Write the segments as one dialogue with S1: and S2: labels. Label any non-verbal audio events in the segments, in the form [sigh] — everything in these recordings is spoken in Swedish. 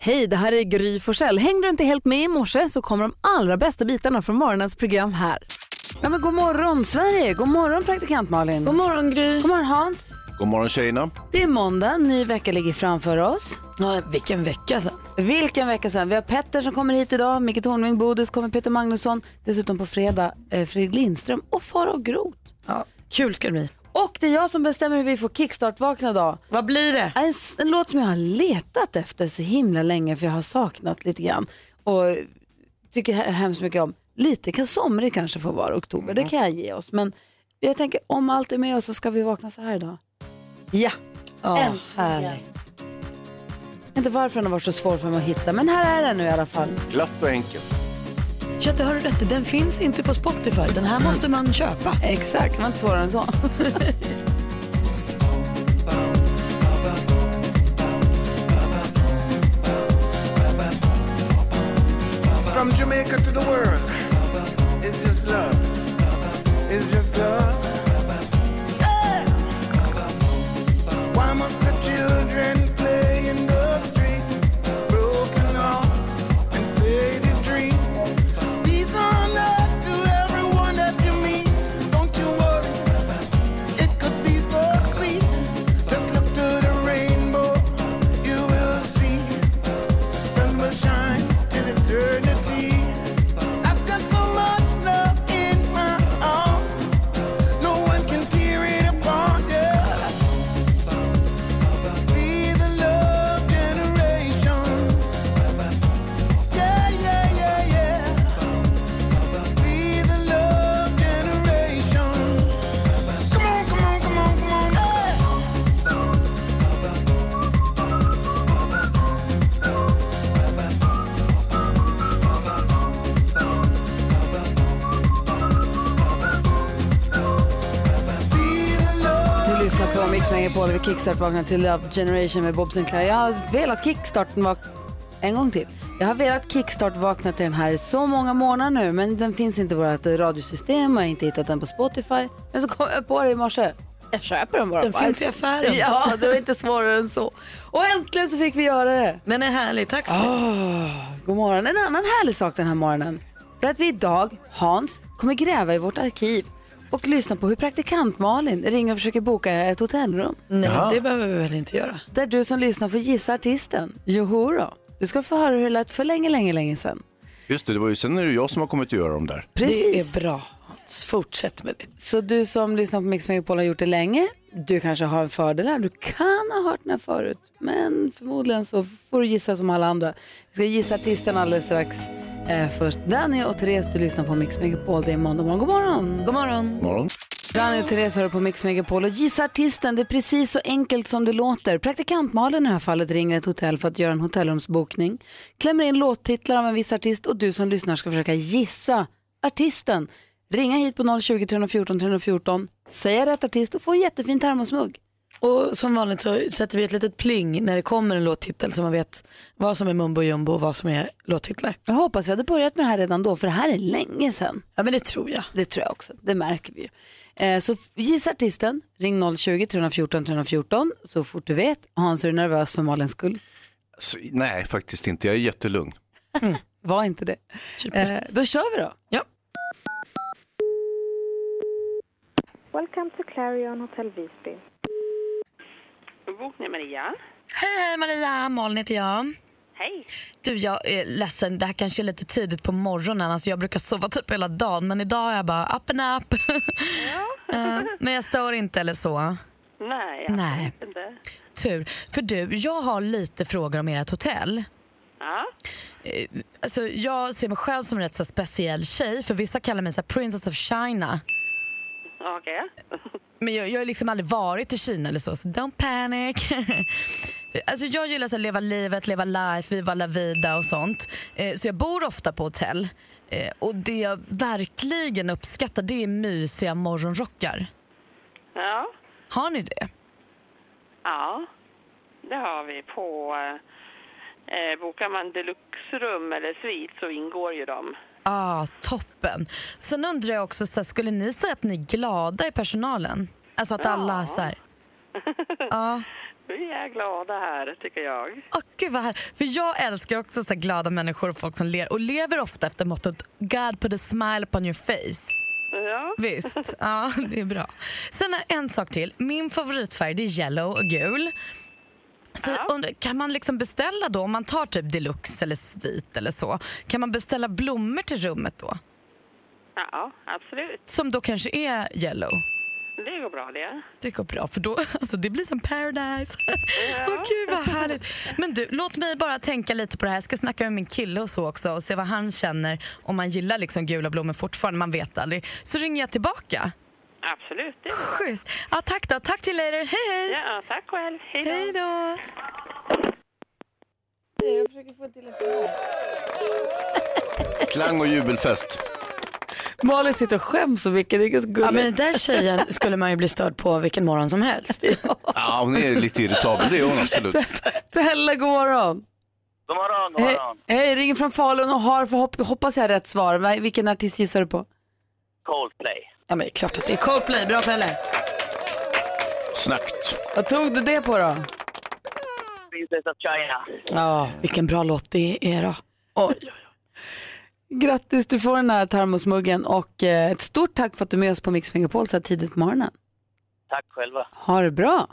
S1: Hej, det här är Gry Forssell. Hängde du inte helt med i morse så kommer de allra bästa bitarna från morgonens program här. Ja, men god morgon Sverige, god morgon praktikant Malin.
S2: Mm.
S1: God morgon Gry. God morgon Hans.
S3: God morgon tjejerna.
S1: Det är måndag, en ny vecka ligger framför oss. Ja, vilken vecka
S2: alltså.
S1: sen. Vilken vecka sen. Vi har Petter som kommer hit idag, Micke Tornving, Bodis kommer Peter Magnusson, dessutom på fredag eh, Fredrik Lindström och Farao Groth. Ja, kul ska det bli. Och det är jag som bestämmer hur vi får kickstart-vakna idag. Vad blir det? En, s- en låt som jag har letat efter så himla länge för jag har saknat lite grann. Och tycker he- hemskt mycket om. Lite kan somrig kanske få vara oktober, det kan jag ge oss. Men jag tänker om allt är med oss så ska vi vakna så här idag. Ja,
S2: Ja,
S1: Äntligen.
S2: härligt.
S1: Jag vet Inte varför den har varit så svår för mig att hitta, men här är den nu i alla fall.
S3: Glatt och enkelt.
S2: Ja, det har du rätt i. Den finns inte på Spotify. Den här måste man köpa.
S1: Exakt, det var inte svårare än så.
S4: From Jamaica to the world, it's just love. It's just love. Yeah. Why must the children play in the streets? Broken hearts and faded dreams. These are not to everyone that you meet. Don't you worry, it could be so sweet. Just look to the rainbow, you will see. The sun will shine till eternity. I've got so much love in my arms. No one can tear it apart. Yeah. Be the love generation. Yeah, yeah, yeah, yeah. Be the love generation. Come on, come on, come on, come on. Hey.
S1: Du lyssnar på Mix Megapol över Kickstart vaknar till Love Generation med Bob Sinclair. Jag har velat kickstarten vakna... En gång till. Jag har velat kickstart vakna till den här i så många månader nu men den finns inte i vårt radiosystem och jag har inte hittat den på Spotify. Men så kom jag på det i morse. Jag köper den bara.
S2: Den
S1: Bara-
S2: finns i affären.
S1: Ja, det var inte svårare än så. Och äntligen så fick vi göra det.
S2: Den är härlig. Tack för
S1: Ah, god morgon. En annan härlig sak den här morgonen. Det är att vi idag, Hans, kommer gräva i vårt arkiv och lyssna på hur praktikant Malin ringer och försöker boka ett hotellrum.
S2: det. Nej, det behöver vi väl inte göra.
S1: Där du som lyssnar får gissa artisten. Joho då. Du ska få höra hur det lät för länge, länge, länge sedan.
S3: Just det, det var ju, sen är det ju jag som har kommit att göra dem där.
S1: Precis.
S2: Det är bra. Hans. Fortsätt med det.
S1: Så du som lyssnar på Mix Megapol har gjort det länge. Du kanske har en fördel här. Du kan ha hört den här förut. Men förmodligen så får du gissa som alla andra. Vi ska gissa artisten alldeles strax. Eh, först Danny och Therese, du lyssnar på Mix Megapol. Det är måndag morgon. God morgon!
S2: God morgon.
S3: God morgon.
S1: Danny och Therese hör på Mix Megapol och gissa artisten, det är precis så enkelt som det låter. Praktikant Malin i det här fallet ringer ett hotell för att göra en hotellrumsbokning, klämmer in låttitlar av en viss artist och du som lyssnar ska försöka gissa artisten. Ringa hit på 020 314 314, säga rätt artist och få en jättefin termosmugg.
S2: Och som vanligt så sätter vi ett litet pling när det kommer en låttitel så man vet vad som är mumbo jumbo och vad som är låttitlar.
S1: Jag hoppas vi hade börjat med det här redan då, för det här är länge sedan.
S2: Ja men det tror jag.
S1: Det tror jag också, det märker vi ju. Eh, så f- gissa artisten, ring 020-314 314 så fort du vet. Hans, är du nervös för Malins skull?
S3: Så, nej, faktiskt inte. Jag är jättelugn.
S1: Var inte det.
S2: Typiskt.
S1: Eh, då kör vi då.
S2: Ja.
S5: Welcome to Clarion Hotel Visby.
S6: Bokning Maria.
S2: Hej hej Maria, Malin heter jag.
S6: Hej.
S2: Du jag är ledsen, det här kanske är lite tidigt på morgonen. Alltså, jag brukar sova typ hela dagen men idag är jag bara up and up. [laughs] Eh, men jag stör inte eller så.
S6: Nej,
S2: Nej.
S6: absolut inte.
S2: Tur. För du, jag har lite frågor om ert hotell.
S6: Ja.
S2: Eh, Alltså, jag ser mig själv som en rätt så här speciell tjej för vissa kallar mig så här, Princess of China.
S6: Okej.
S2: Men jag, jag har liksom aldrig varit i Kina eller så, så don't panic. [laughs] alltså jag gillar att leva livet, leva life, viva la vida och sånt. Eh, så jag bor ofta på hotell. Eh, och det jag verkligen uppskattar det är mysiga morgonrockar.
S6: Ja.
S2: Har ni det?
S6: Ja. Det har vi på... Eh, bokar man deluxe-rum eller svit så ingår ju de.
S2: Ah, toppen. Sen undrar jag också, så här, skulle ni säga att ni är glada i personalen? Alltså att alla så här... Ja,
S6: Vi är glada här, tycker jag.
S2: Åh, gud vad här. För jag älskar också så här glada människor och folk som ler och lever ofta efter mottot God put a smile upon your face.
S6: Ja,
S2: Visst, ja det är bra. Sen är en sak till. Min favoritfärg det är yellow och gul. Så jag undrar, kan man liksom beställa då, om man tar typ deluxe eller svit eller så, kan man beställa blommor till rummet då?
S6: ja absolut.
S2: Som då kanske är yellow.
S6: Det går bra det.
S2: Det går bra för då, alltså det blir som paradise. [laughs] Åh gud vad härligt. Men du, låt mig bara tänka lite på det här. Jag ska snacka med min kille och så också och se vad han känner om han gillar liksom gula blommor fortfarande, man vet aldrig. Så ringer jag tillbaka.
S6: Absolut, det går bra.
S2: Schysst. Ja, tack då, tack till later. Hej hej.
S6: Ja, tack själv. Hej då.
S2: Hej då.
S3: Klang och jubelfest.
S1: Malin sitter och skäms så mycket, det är ganska
S4: Ja,
S1: gulligt.
S4: men den där tjejen skulle man ju bli störd på vilken morgon som helst.
S3: Ja, hon är lite irritabel, det är hon absolut.
S1: Pelle, god morgon.
S7: God morgon, god
S1: Hej,
S7: morgon.
S1: hej, ringer från Falun och har förhopp- hoppas jag rätt svar. Va- Vilken artist gissar du på?
S7: Coldplay.
S4: Ja, men det är klart att det är Coldplay. Bra Pelle.
S3: Snabbt.
S1: Vad tog du det på då?
S7: Princess of China.
S4: Ja, vilken bra låt det är då. Oj.
S1: Grattis, du får den här termosmuggen och eh, ett stort tack för att du är med oss på Mix Megapol så här tidigt på morgonen.
S7: Tack själva.
S1: Ha det bra.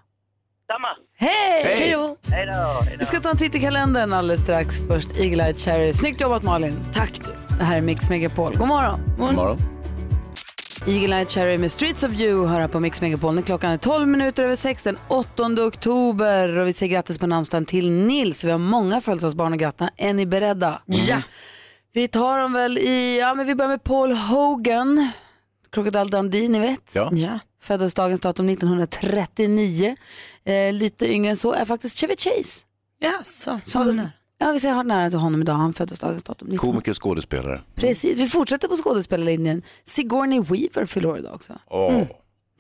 S7: Samma.
S1: Hej!
S3: Hej då.
S7: Hej då. Hej
S1: Vi
S7: då.
S1: ska ta en titt i kalendern alldeles strax. Först Eagle-Eye Cherry. Snyggt jobbat Malin.
S4: Tack du.
S1: Det här är Mix Megapol. God morgon.
S3: God morgon.
S1: Eagle-Eye Cherry med Streets of You hör här på Mix Megapol. Nu klockan är 12 minuter över 6 den 8 oktober. Och vi säger grattis på namnsdagen till Nils. Vi har många födelsedagsbarn att gratta. Är ni beredda? Ja. Vi tar dem väl i, ja men vi börjar med Paul Hogan. Crocodile Dundee, ni vet.
S3: Ja.
S4: Ja.
S1: Föddes dagens datum 1939. Eh, lite yngre än så är faktiskt Chevy Chase.
S4: Jaså,
S1: Som, ja, vi säger har nära till honom idag. Han föddes dagens datum 19.
S3: Komiker och skådespelare.
S1: Precis, vi fortsätter på skådespelarlinjen. Sigourney Weaver fyller år idag också.
S3: Åh.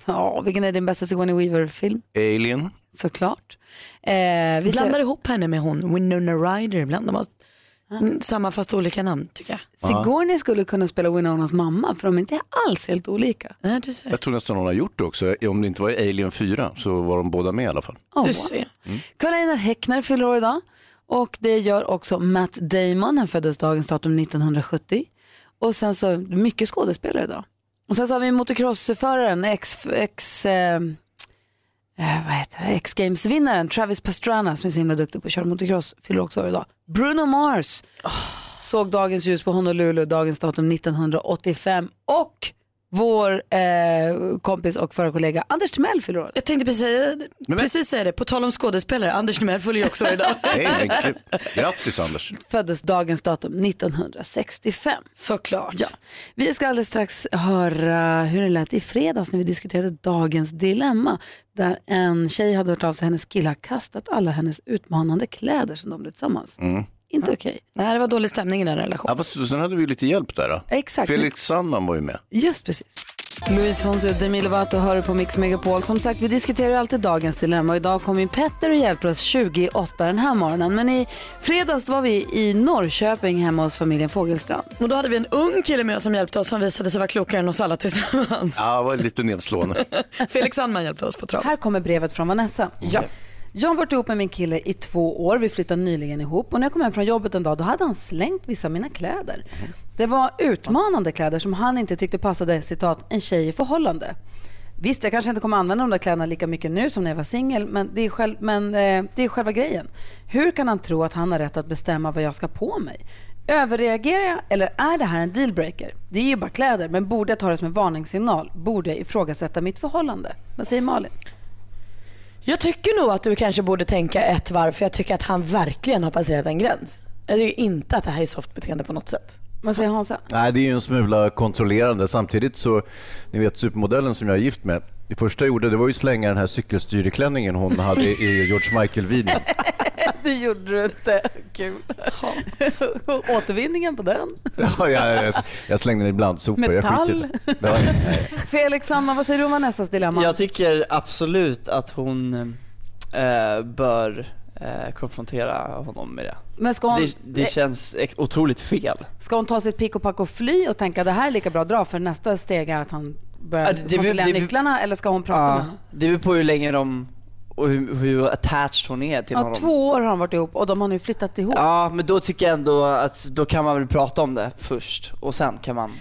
S1: Ja, vilken är din bästa Sigourney Weaver-film?
S3: Alien.
S1: Såklart. Eh, vi
S4: Blandar
S1: säger,
S4: ihop henne med hon, Winona Ryder ibland. De har mm, samma fast olika namn tycker jag.
S1: Sigourney skulle kunna spela Winonas mamma för de är inte alls helt olika.
S4: Nej, du ser.
S3: Jag tror nästan hon har gjort det också. Om det inte var i Alien 4 så var de båda med i alla fall.
S1: Oh,
S4: Du ser.
S1: Karl-Einar Häckner fyller år idag och det gör också Matt Damon. Han föddes dagens datum 1970. Och sen så, mycket skådespelare idag. Och sen så har vi motocrossföraren, ex, ex, eh, eh, vad heter det, X-Games-vinnaren Travis Pastrana som är så himla duktig på att köra motocross, fyller också år idag. Bruno Mars såg dagens ljus på Honolulu, dagens datum 1985. Och vår eh, kompis och förra kollega Anders Timell fyller år.
S4: Jag tänkte precis, säga- precis säga det, på tal om skådespelare, Anders Timell följer ju också år idag.
S3: Nej, men kul. Grattis Anders.
S1: föddes dagens datum 1965.
S4: Såklart.
S1: Ja. Vi ska alldeles strax höra hur det lät i fredags när vi diskuterade dagens dilemma. Där en tjej hade hört av sig, hennes kille har kastat alla hennes utmanande kläder som de blev tillsammans. Inte okej.
S4: Nej, [laughs] det var dålig stämning i den relationen.
S3: Ja, fast sen hade vi ju lite hjälp där. Då.
S1: Exakt.
S3: Felix Sandman var ju med.
S1: Just precis. Luis Fonsi och Demi Lovato hör på Mix Megapol. Som sagt, vi diskuterar ju alltid dagens dilemma. Och Idag kom in Petter och hjälper oss 28 den här morgonen. Men i fredags var vi i Norrköping hemma hos familjen Fogelstrand.
S4: Och då hade vi en ung kille med oss som hjälpte oss som visade sig vara klokare än oss alla tillsammans.
S3: Ja, det var lite nedslående.
S4: [laughs] Felix Sandman hjälpte oss på trav.
S1: Här kommer brevet från Vanessa. Ja. Jag har varit ihop med min kille i två år. Vi flyttade nyligen ihop. Och när jag kom hem från jobbet en dag då hade han slängt vissa av mina kläder. Det var utmanande kläder som han inte tyckte passade citat, en tjej i förhållande. Visst, jag kanske inte kommer använda de där kläderna lika mycket nu som när jag var singel, men, det är, själv, men eh, det är själva grejen. Hur kan han tro att han har rätt att bestämma vad jag ska på mig? Överreagerar jag eller är det här en dealbreaker? Det är ju bara kläder, men borde jag ta det som en varningssignal? Borde jag ifrågasätta mitt förhållande? Vad säger Malin?
S4: Jag tycker nog att du kanske borde tänka ett varv för jag tycker att han verkligen har passerat en gräns. Jag tycker inte att det här är soft beteende på något sätt.
S1: Vad säger Hansa?
S8: Nej, det är ju en smula kontrollerande. Samtidigt så, ni vet supermodellen som jag är gift med, det första jag gjorde det var ju slänga den här cykelstyreklänningen hon hade i George
S1: [laughs]
S8: Michael-videon.
S1: [laughs] Det gjorde du inte. Kul. [laughs] Återvinningen på den.
S8: Ja, jag, jag slängde den ibland, sopor. Jag skiter i det. Ja, nej.
S1: Felix, Sanna, vad säger du om Vanessas dilemma?
S9: Jag tycker absolut att hon eh, bör eh, konfrontera honom med det.
S1: Men ska hon, eh,
S9: Det, det känns ek- otroligt fel.
S1: ska hon ta sitt pick och pack och fly och tänka det här är lika bra att dra för nästa steg är att han börjar
S9: Ja, det- det-
S1: kontrollera
S9: det-
S1: nycklarna eller ska hon prata med
S9: Ja,
S1: honom?
S9: det beror på hur länge de och hur, hur attached hon är till
S1: Ja,
S9: honom.
S1: två år har de varit ihop och de har nu flyttat ihop.
S9: Ja, men då tycker jag ändå att då kan man väl prata om det först och sen kan man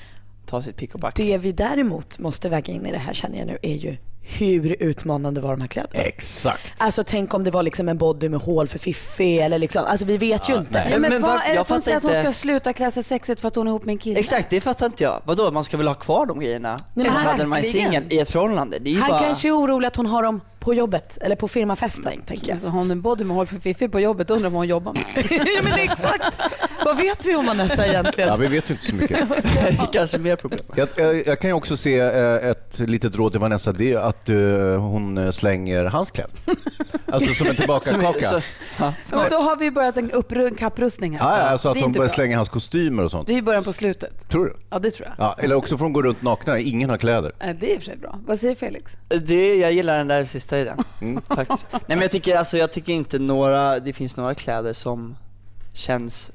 S9: ta sitt pick och pack.
S10: Det vi däremot måste väga in i det här känner jag nu är ju hur utmanande var de här kläderna?
S11: Exakt.
S10: Alltså tänk om det var liksom en body med hål för fiffi eller liksom, alltså vi vet ju inte.
S9: nej.
S1: Ja, men,
S9: Men
S1: vad
S9: varför-
S1: är det
S9: jag
S1: som
S9: fattar
S1: säger att hon
S9: inte-
S1: ska sluta klä sig sexigt för att hon är ihop med en kille?
S9: Exakt, det fattar inte jag. Vadå, man ska väl ha kvar de grejerna
S10: men
S9: som man hade när man är
S10: verkligen.
S9: singel i ett förhållande? Det är ju
S10: Han
S9: bara...
S10: kanske är orolig att hon har dem på jobbet eller på firmafesten tänker jag.
S1: Alltså, har hon en body med hål för fiffi på jobbet undrar vad hon
S9: [laughs]
S1: jobbar med.
S10: ja, men exakt. Vad vet vi om Vanessa egentligen?
S11: Ja, vi vet ju inte så mycket.
S9: [laughs] kanske mer problem.
S11: Jag, jag, jag kan ju också se eh, ett litet råd till Vanessa, det är att eh, hon eh, slänger hans kläder. Alltså som en tillbakakaka.
S9: Så-
S11: Ja,
S9: ja.
S1: Men då har vi börjat en upprö- en kapprustning här.
S11: ja, alltså att
S1: det är
S11: hon
S1: inte
S11: börjar
S1: bra.
S11: slänga hans kostymer och sånt.
S1: Det är ju början på slutet.
S11: Tror du?
S1: Ja, det tror jag.
S11: Ja, eller också får hon gå runt nakna, ingen har kläder.
S1: Eh, Det är i och för sig bra. Vad säger Felix?
S9: Det, jag gillar den där sista idén. [laughs] Faktiskt. Nej men jag tycker, alltså, jag tycker inte några, det finns några kläder som känns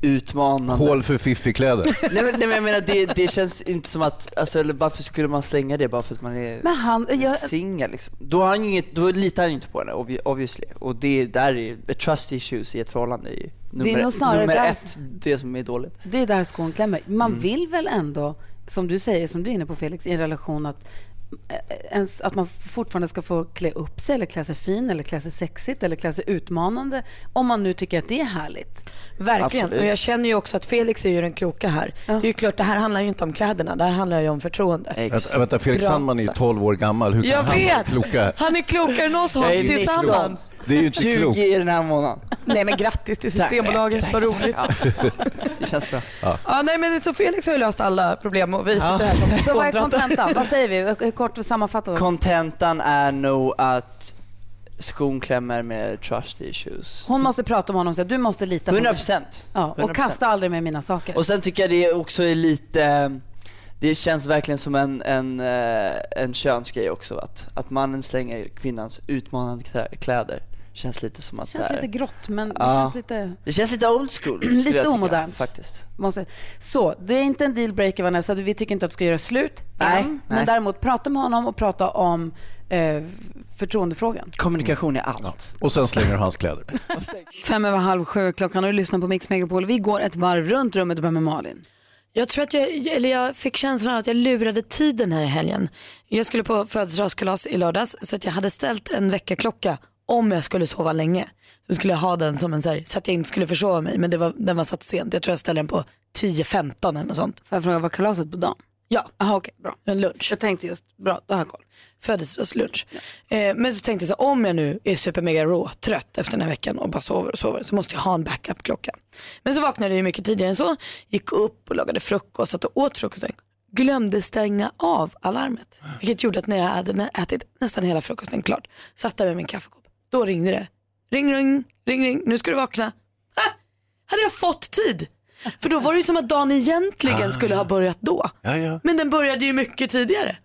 S9: utmanande.
S11: Hål för fiffi-kläder.
S9: Nej men, nej men jag menar det, det känns inte som att, alltså, eller varför skulle man slänga det bara för att man är
S1: Men han, jag,
S9: singel liksom? Då, har han ju inget, då litar han ju inte på henne obvi- obviously. Och det där är ju, trust issues i ett förhållande är ju
S1: är
S9: nummer,
S1: nog snarare
S9: nummer
S1: där-
S9: ett, det som är dåligt.
S1: det är där skon klämmer. Man
S9: Mm.
S1: vill väl ändå, som du säger, som du är inne på Felix, i en relation att eh, ens, att man fortfarande ska få klä upp sig eller klä sig fin eller klä sig sexigt eller klä sig utmanande om man nu tycker att det är härligt.
S10: Verkligen.
S9: Absolut.
S10: Och jag känner ju också att Felix är ju den kloka här. Det är ju klart, det här handlar ju inte om kläderna, det här handlar ju om förtroende.
S11: Vänta, vänta, Felix
S10: Bra.
S11: Sandman är ju 12 år gammal, hur kan
S10: Jag
S11: han
S10: vet!
S11: vara klokare?
S10: Han är klokare än oss Hans
S9: Jag är nitton.
S10: tillsammans.
S11: Det är ju inte klokt.
S9: 20 i den här månaden.
S10: Nej men grattis till Systembolaget, vad roligt.
S9: Ja. Det känns bra.
S10: Ja, nej, men så Felix har ju löst alla problem och vi sitter här [laughs] som
S1: Så vad är
S10: kontrata.
S1: kontentan? Vad säger vi? Hur Kort sammanfattat.
S9: Kontentan är nog att skon klämmer med trust issues.
S1: Hon måste prata med honom och säga du måste lita på
S9: 100
S1: mig.
S9: procent.
S1: Ja, och kasta aldrig med mina saker.
S9: Och sen tycker jag det också är lite, det känns verkligen som en, en, eh, en könsgrej också. Att, att mannen slänger kvinnans utmanande klä- kläder. Känns lite som att
S1: Det känns
S9: så här,
S1: lite grått men det
S9: Ja.
S1: känns lite...
S9: det känns lite old
S1: [clears throat]
S9: school. skulle jag tycka,
S1: omodernt.
S9: Faktiskt.
S1: Måste. Så, det är inte en dealbreaker Vanessa. Vi tycker inte att du ska göra slut
S9: Nej,
S1: än. Men
S9: nej.
S1: däremot prata med honom och prata om eh, förtroendefrågan.
S9: Kommunikation är allt.
S11: Och sen slänger hon hans kläder.
S1: Fem över halv sju är klockan och du lyssnar på Mix Megapol. Vi går ett varv runt rummet och börjar med Malin.
S2: Jag tror att jag, eller jag fick känslan av att jag lurade tiden här i helgen. Jag skulle på födelsedagskalas i lördags så att jag hade ställt en väckarklocka om jag skulle sova länge. Så skulle jag ha den som en så, här, så att jag inte skulle försova mig men det var, den var satt sent. Jag tror jag ställde den på 10-15 eller något sånt.
S1: Får jag fråga, var kalaset på dagen?
S2: Ja.
S1: Jaha okej, bra.
S2: En lunch.
S1: Jag tänkte just, bra, då har jag koll.
S2: Födelsedagslunch. Eh, men så tänkte jag så här, om jag nu är super mega rå, trött efter den här veckan och bara sover och sover så måste jag ha en backup-klocka. Men så vaknade jag ju mycket tidigare än så, gick upp och lagade frukost, satt och åt frukosten. Glömde stänga av alarmet. Vilket gjorde att när jag hade nä- ätit nästan hela frukosten klart, satt där med min kaffekopp. Då ringde det. Ring, ring, ring, ring, nu ska du vakna. Ah, hade jag fått tid? För då var det ju som att dagen egentligen skulle ha börjat då.
S3: Ja, ja.
S2: Men den började ju mycket tidigare.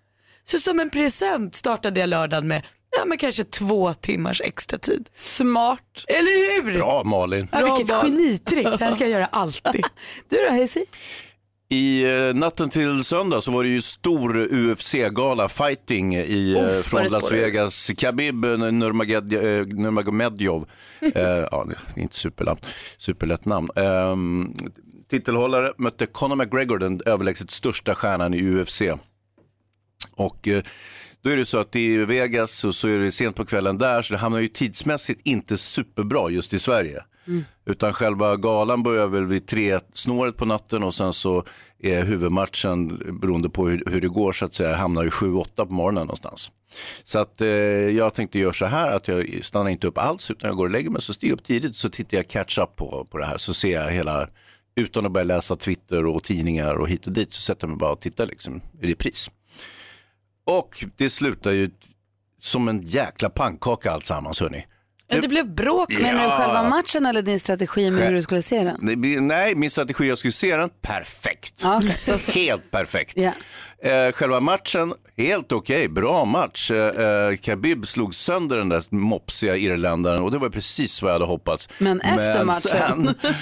S2: Så som en present startade jag lördagen med ja, men kanske två timmars extra tid.
S1: Smart.
S2: Eller hur?
S3: Bra Malin.
S2: Ja, vilket genitrick. Det här ska jag göra alltid.
S1: Du då Hayesy?
S3: I eh, natten till söndag så var det ju stor UFC-gala, fighting, i, eh,
S2: Uff, vad
S3: från
S2: det
S3: Las
S2: spårar.
S3: Vegas. Khabib eh, Nurmaged- eh, Nurmagomedov, eh, ja, det är inte superlätt, superlätt namn. Ehm, titelhållare mötte Conor McGregor, den överlägset största stjärnan i UFC. Och eh, då är det så att i Vegas och så är det sent på kvällen där så det hamnar ju tidsmässigt inte superbra just i Sverige. Utan själva galan börjar väl vid tre snåret på natten och sen så är huvudmatchen beroende på hur, hur det går så att säga hamnar ju sju, åtta på morgonen någonstans. Så att eh, jag tänkte göra så här att jag stannar inte upp alls utan jag går och lägger mig så stiger jag upp tidigt så tittar jag catch up på, på det här så ser jag hela utan att börja läsa Twitter och tidningar och hit och dit så sätter jag mig bara och tittar liksom i repris. Och det slutar ju som en jäkla pannkaka alltsammans hörni.
S1: Det blev bråk. Menar du
S3: Ja.
S1: själva matchen eller din strategi med hur du skulle se den?
S3: Nej, bi- Nej, min strategi, jag skulle se den perfekt.
S1: Ja, okej, då så.
S3: Helt perfekt.
S1: Ja.
S3: Eh, själva matchen, helt okej, bra match. Eh, eh, Khabib slog sönder den där mopsiga irländaren och det var precis vad jag hade hoppats.
S1: Men efter matchen.
S3: sen [laughs]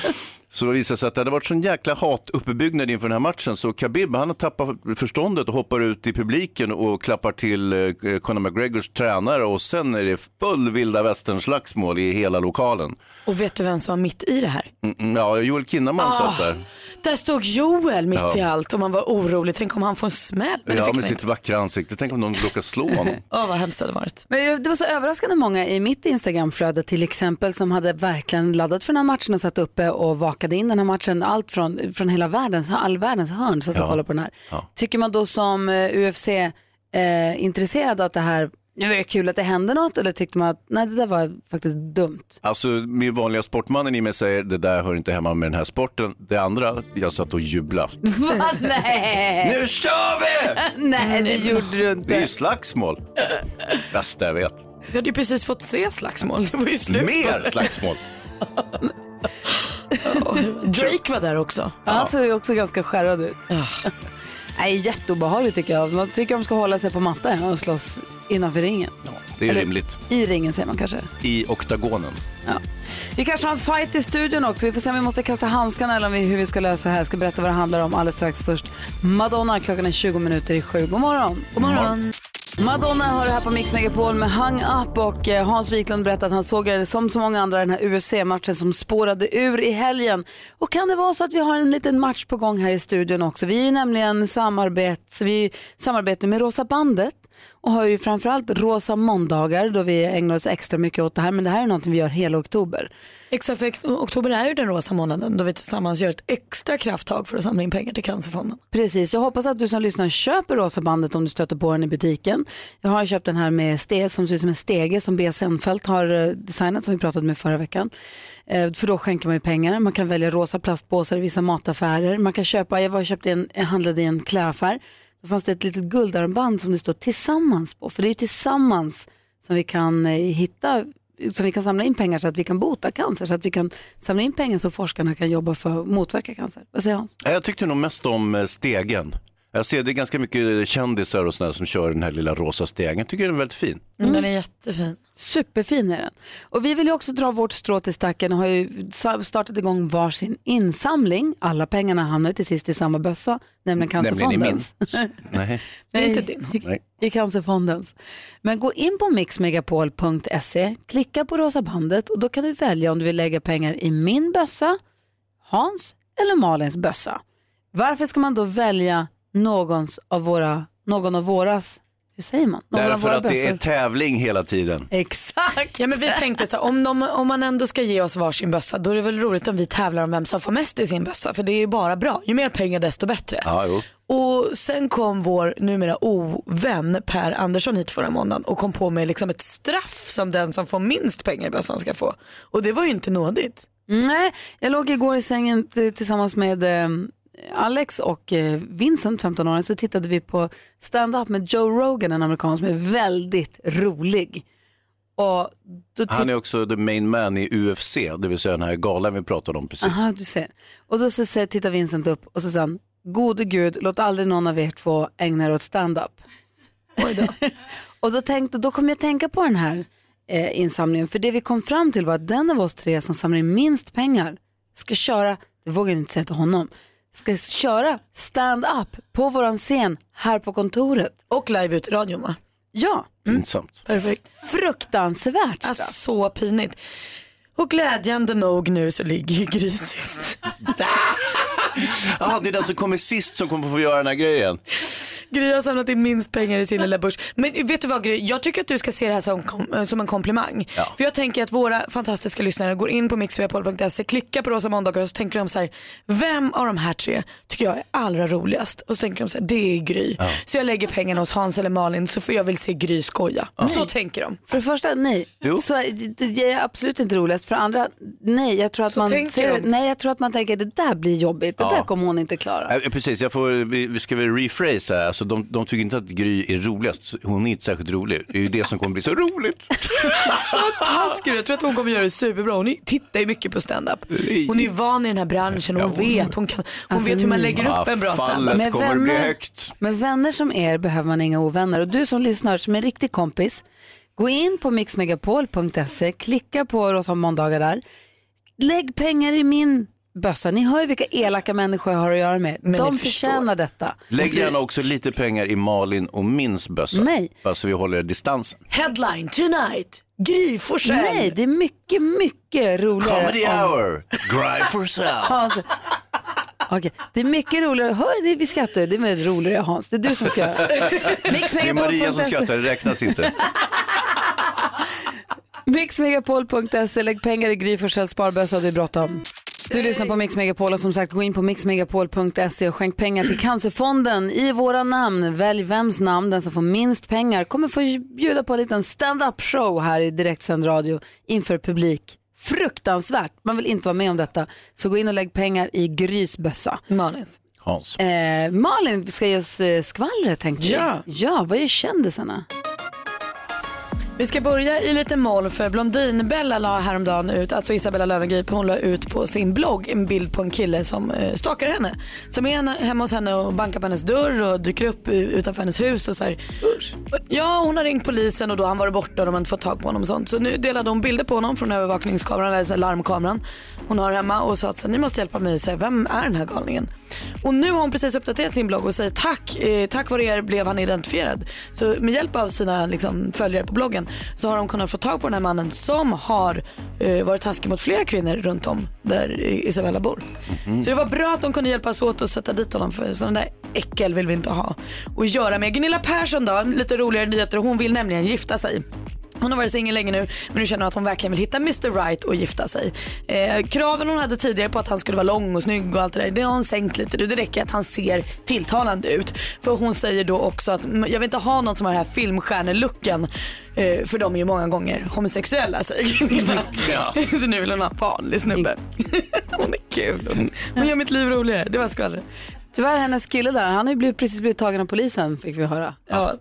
S3: Så det visade sig att det hade varit sån jäkla hatuppbyggnad inför den här matchen så Khabib han har tappat förståndet och hoppar ut i publiken och klappar till eh, Conor McGregors tränare och sen är det full vilda västern-slagsmål i hela lokalen.
S2: [laughs] Och vet du vem som var mitt i det här?
S3: Mm, mm, Ja, Joel Kinnaman
S1: Ah,
S3: satt där.
S2: Där stod Joel mitt
S3: Ja.
S2: i allt och man var orolig. Tänk om han får en smäll. Men det
S3: Ja,
S2: fick
S3: med
S2: han
S3: sitt
S2: inte.
S3: vackra ansikte. Tänk om någon råkar
S1: [laughs]
S3: slå honom.
S2: Åh vad hemskt det hade varit.
S1: Men det var så överraskande många i mitt Instagramflöde till exempel som hade verkligen laddat för den här matchen och satt uppe och vakade in den här matchen. Allt från, från hela världens, all världens hörn satt och
S12: Ja.
S1: kollade på den här.
S12: Ja.
S1: Tycker man då som eh, UFC-intresserad eh, att det här, nu är det kul att det hände något eller tyckte man att nej det där var faktiskt dumt?
S3: Alltså, min vanliga sportmannen i mig säger det där hör inte hemma med den här sporten. Det andra, jag satt och jublade.
S1: [laughs] Va? Nej!
S3: Nu kör vi!
S1: [laughs] nej det gjorde du
S3: Det är
S1: [laughs]
S3: ju
S1: inte.
S3: slagsmål. Bästa jag vet.
S2: Vi hade ju precis fått se slagsmål. Det var ju slut.
S3: Mer slagsmål.
S2: Drake var där också.
S1: Han såg ju också ganska skärrad ut. [laughs] Nej, jätteobehagligt tycker jag. Man tycker de ska hålla sig på mattan och slåss innanför ringen.
S3: Det är ju
S1: Eller-
S3: rimligt.
S1: I ringen säger man kanske.
S3: I oktagonen.
S1: Vi kanske har en fight i studion också. Vi får se om vi måste kasta handskarna eller om vi, hur vi ska lösa det här. Jag ska berätta vad det handlar om alldeles strax. Först Madonna, klockan är 20 minuter i sju. God morgon. God
S2: morgon.
S1: Madonna har det här på Mix Megapol med Hang Up och eh, Hans Wiklund berättar att han såg eh, som så många andra den här UFC-matchen som spårade ur i helgen. Och kan det vara så att vi har en liten match på gång här i studion också? Vi är ju nämligen samarbets, vi samarbetar med Rosa Bandet och har ju framförallt Rosa måndagar då vi ägnar oss extra mycket åt det här. Men det här är någonting vi gör hela oktober.
S2: Exakt, för ok- oktober är ju den rosa månaden då vi tillsammans gör ett extra krafttag för att samla in pengar till Cancerfonden.
S1: Precis, jag hoppas att du som lyssnar köper rosa bandet om du stöter på den i butiken. Jag har köpt den här med ste som ser ut som en stege som Bea Senfeldt har eh, designat som vi pratade med förra veckan. Eh, För då skänker man ju pengar. Man kan välja rosa plastpåsar i vissa mataffärer. Man kan köpa, jag var och köpte en, jag handlade i en klädaffär. Då fanns det ett litet guldarmband som det står tillsammans på. För det är tillsammans som vi kan eh, hitta som vi kan samla in pengar så att vi kan bota cancer, så att vi kan samla in pengar så forskarna kan jobba för att motverka cancer. Vad säger Hans?
S3: Ja, Jag tyckte nog mest om eh, stegen. Jag ser det är ganska mycket kändisar och sådana som kör den här lilla rosa stegen. Jag tycker den är väldigt fin.
S2: Mm. Den är jättefin.
S1: Superfin är den. Och vi vill ju också dra vårt strå till stacken och har ju sa- startat igång varsin insamling. Alla pengarna hamnar ju till sist i samma bössa, nämligen
S3: i min.
S1: Cancerfondens. [laughs]
S3: Nej.
S1: Nej, inte din.
S3: Nej.
S1: I Cancerfondens. Men gå in på mixmegapol.se, klicka på rosa bandet och då kan du välja om du vill lägga pengar i min bössa, Hans eller Malins bössa. Varför ska man då välja någons av våra, någon av våras, hur säger man? Någon av
S3: Därför
S1: våra
S3: att det är
S1: bössor.
S3: tävling hela tiden.
S1: Exakt.
S2: Ja, men vi tänkte så här, om, de, om man ändå ska ge oss varsin bössa då är det väl roligt om vi tävlar om vem som får mest i sin bössa för det är ju bara bra. Ju mer pengar desto bättre.
S3: Ja, jo.
S2: Och sen kom vår numera ovän Per Andersson hit förra måndagen och kom på med liksom ett straff som den som får minst pengar i bössan ska få. Och det var ju inte nådigt.
S1: Nej, jag låg igår i sängen t- tillsammans med eh, Alex och eh, Vincent, 15 åringen, så tittade vi på stand-up med Joe Rogan, en amerikan som är väldigt rolig. Och då titt-
S3: Han är också the main man i UFC, det vill säga den här galan vi pratade om precis.
S1: Aha, du ser. Och då så, så tittar Vincent upp och så sa han, gode gud, låt aldrig någon av er två ägna er åt stand-up. [laughs] Och då, tänkte, då kom jag tänka på den här eh, insamlingen. För det vi kom fram till var att den av oss tre som samlar in minst pengar ska köra, det vågar jag inte säga till honom, ska köra stand-up på våran scen här på kontoret.
S2: Och live ut i radion va?
S1: Ja.
S3: Pinsamt.
S2: Perfekt.
S1: Fruktansvärt
S2: alltså, Så pinigt. Och glädjande nog nu så ligger ju Gry sist.
S3: Ah, det är den som kommer sist som kommer få göra den här grejen.
S2: Gry har samlat in minst pengar i sin lilla börs. Men vet du vad Gry, jag tycker att du ska se det här som, kom, eh, som en komplimang.
S3: Ja.
S2: För jag tänker att våra fantastiska lyssnare går in på mixvepol.se, klickar på Rosa måndagar och så tänker de så här, vem av de här tre tycker jag är allra roligast? Och så tänker de så här, det är Gry.
S1: Ja.
S2: Så jag lägger pengarna hos Hans eller Malin så får jag väl se Gry skoja. Så tänker de.
S1: För det första, nej.
S2: Jo.
S1: Så, det, det är absolut inte roligast. För det andra, nej. Jag tror att,
S2: Så
S1: man,
S2: tänker
S1: ser,
S2: de.
S1: nej, jag tror att man tänker det där blir jobbigt. Det
S3: Ja.
S1: där kommer hon inte klara.
S3: Eh, Precis, jag får, vi, vi ska väl rephrase här. Alltså, de, de tycker inte att Gry är roligast. Hon är inte särskilt rolig. Det är ju det som kommer bli så roligt.
S2: Fantastiskt, jag tror att hon kommer göra det superbra. Hon är- tittar ju mycket på stand-up. Hon är ju van i den här branschen och hon vet, hon kan, hon
S1: Alltså,
S2: vet hur man
S1: ni-
S2: lägger upp en bra stand-up.
S1: Med vänner som er behöver man inga ovänner. Och du som lyssnar, som är en riktig kompis, gå in på mixmegapol.se, klicka på Rosa måndagar där. Lägg pengar i min bössa. Ni hör ju vilka elaka människor jag har att göra med. De förtjänar detta.
S3: Lägg gärna också lite pengar i Malin och Mins bössa.
S1: Nej.
S3: Bara så vi håller distansen.
S2: Headline tonight, Gry Forssell.
S1: Nej, det är mycket, mycket roligare.
S3: Comedy
S1: om-
S3: hour, Gry Forssell.
S1: Hans. Okej, det är mycket roligare. Hör, det- vi skrattar ju. Det är mer roligare Hans. Det är du som ska göra
S3: Det är Maria
S1: E.
S3: som skrattar, det räknas inte.
S1: Mixmegapol.se, E. lägg pengar i Gry Forssells sparbössa och det är bråttom. Du lyssnar på Mix Megapol och som sagt gå in på mixmegapol.se E och skänk pengar till Cancerfonden i våra namn. Välj vems namn, den som får minst pengar kommer få bjuda på en liten stand-up show här i direktsänd radio inför publik. Fruktansvärt, man vill inte vara med om detta. Så gå in och lägg pengar i Grys bössa.
S2: Malins.
S3: Hans.
S1: Eh, Malin ska ge oss eh, skvallret tänkte
S2: Ja.
S1: jag. Ja, vad gör kändisarna?
S2: Vi ska börja i lite moll för Blondinbella la häromdagen ut, alltså Isabella Löwengrip, hon la ut på sin blogg en bild på en kille som eh, stalkar henne. Som är henne- hemma hos henne och bankar på hennes dörr och dyker upp u- utanför hennes hus och så här. Ja, hon har ringt polisen och då har han varit borta och de har inte fått tag på honom och sånt. Så nu delade hon bilder på honom från övervakningskameran, eller så här larmkameran hon har hemma och sa att så här, ni måste hjälpa mig och säga vem är den här galningen? Och nu har hon precis uppdaterat sin blogg och säger tack, eh, tack vare er blev han identifierad. Så med hjälp av sina liksom, följare på bloggen så har de kunnat få tag på den här mannen som har eh, varit taskig mot flera kvinnor runt om där eh, Isabella bor. Så det var bra att de kunde hjälpas åt och sätta dit honom för sådana där äckel vill vi inte ha att göra med. Gunilla Persson då, lite roligare nyheter. Hon vill nämligen gifta sig. Hon har varit singel länge nu men nu känner hon att hon verkligen vill hitta Mr Right och gifta sig. Eh, kraven hon hade tidigare på att han skulle vara lång och snygg och allt det där, det har hon sänkt lite nu. Det räcker att han ser tilltalande ut. För hon säger då också att "Mm, jag vill inte ha någon som har den här filmstjärnelooken. Eh, för de är ju många gånger homosexuella säger [laughs] Gunilla. Så nu vill hon ha en vanlig snubbe. hon är kul. Hon- Hon gör mitt liv roligare. Det var skvallret.
S1: Tyvärr hennes kille där, han har ju blivit, precis blivit tagen av polisen fick vi höra.
S2: Ja.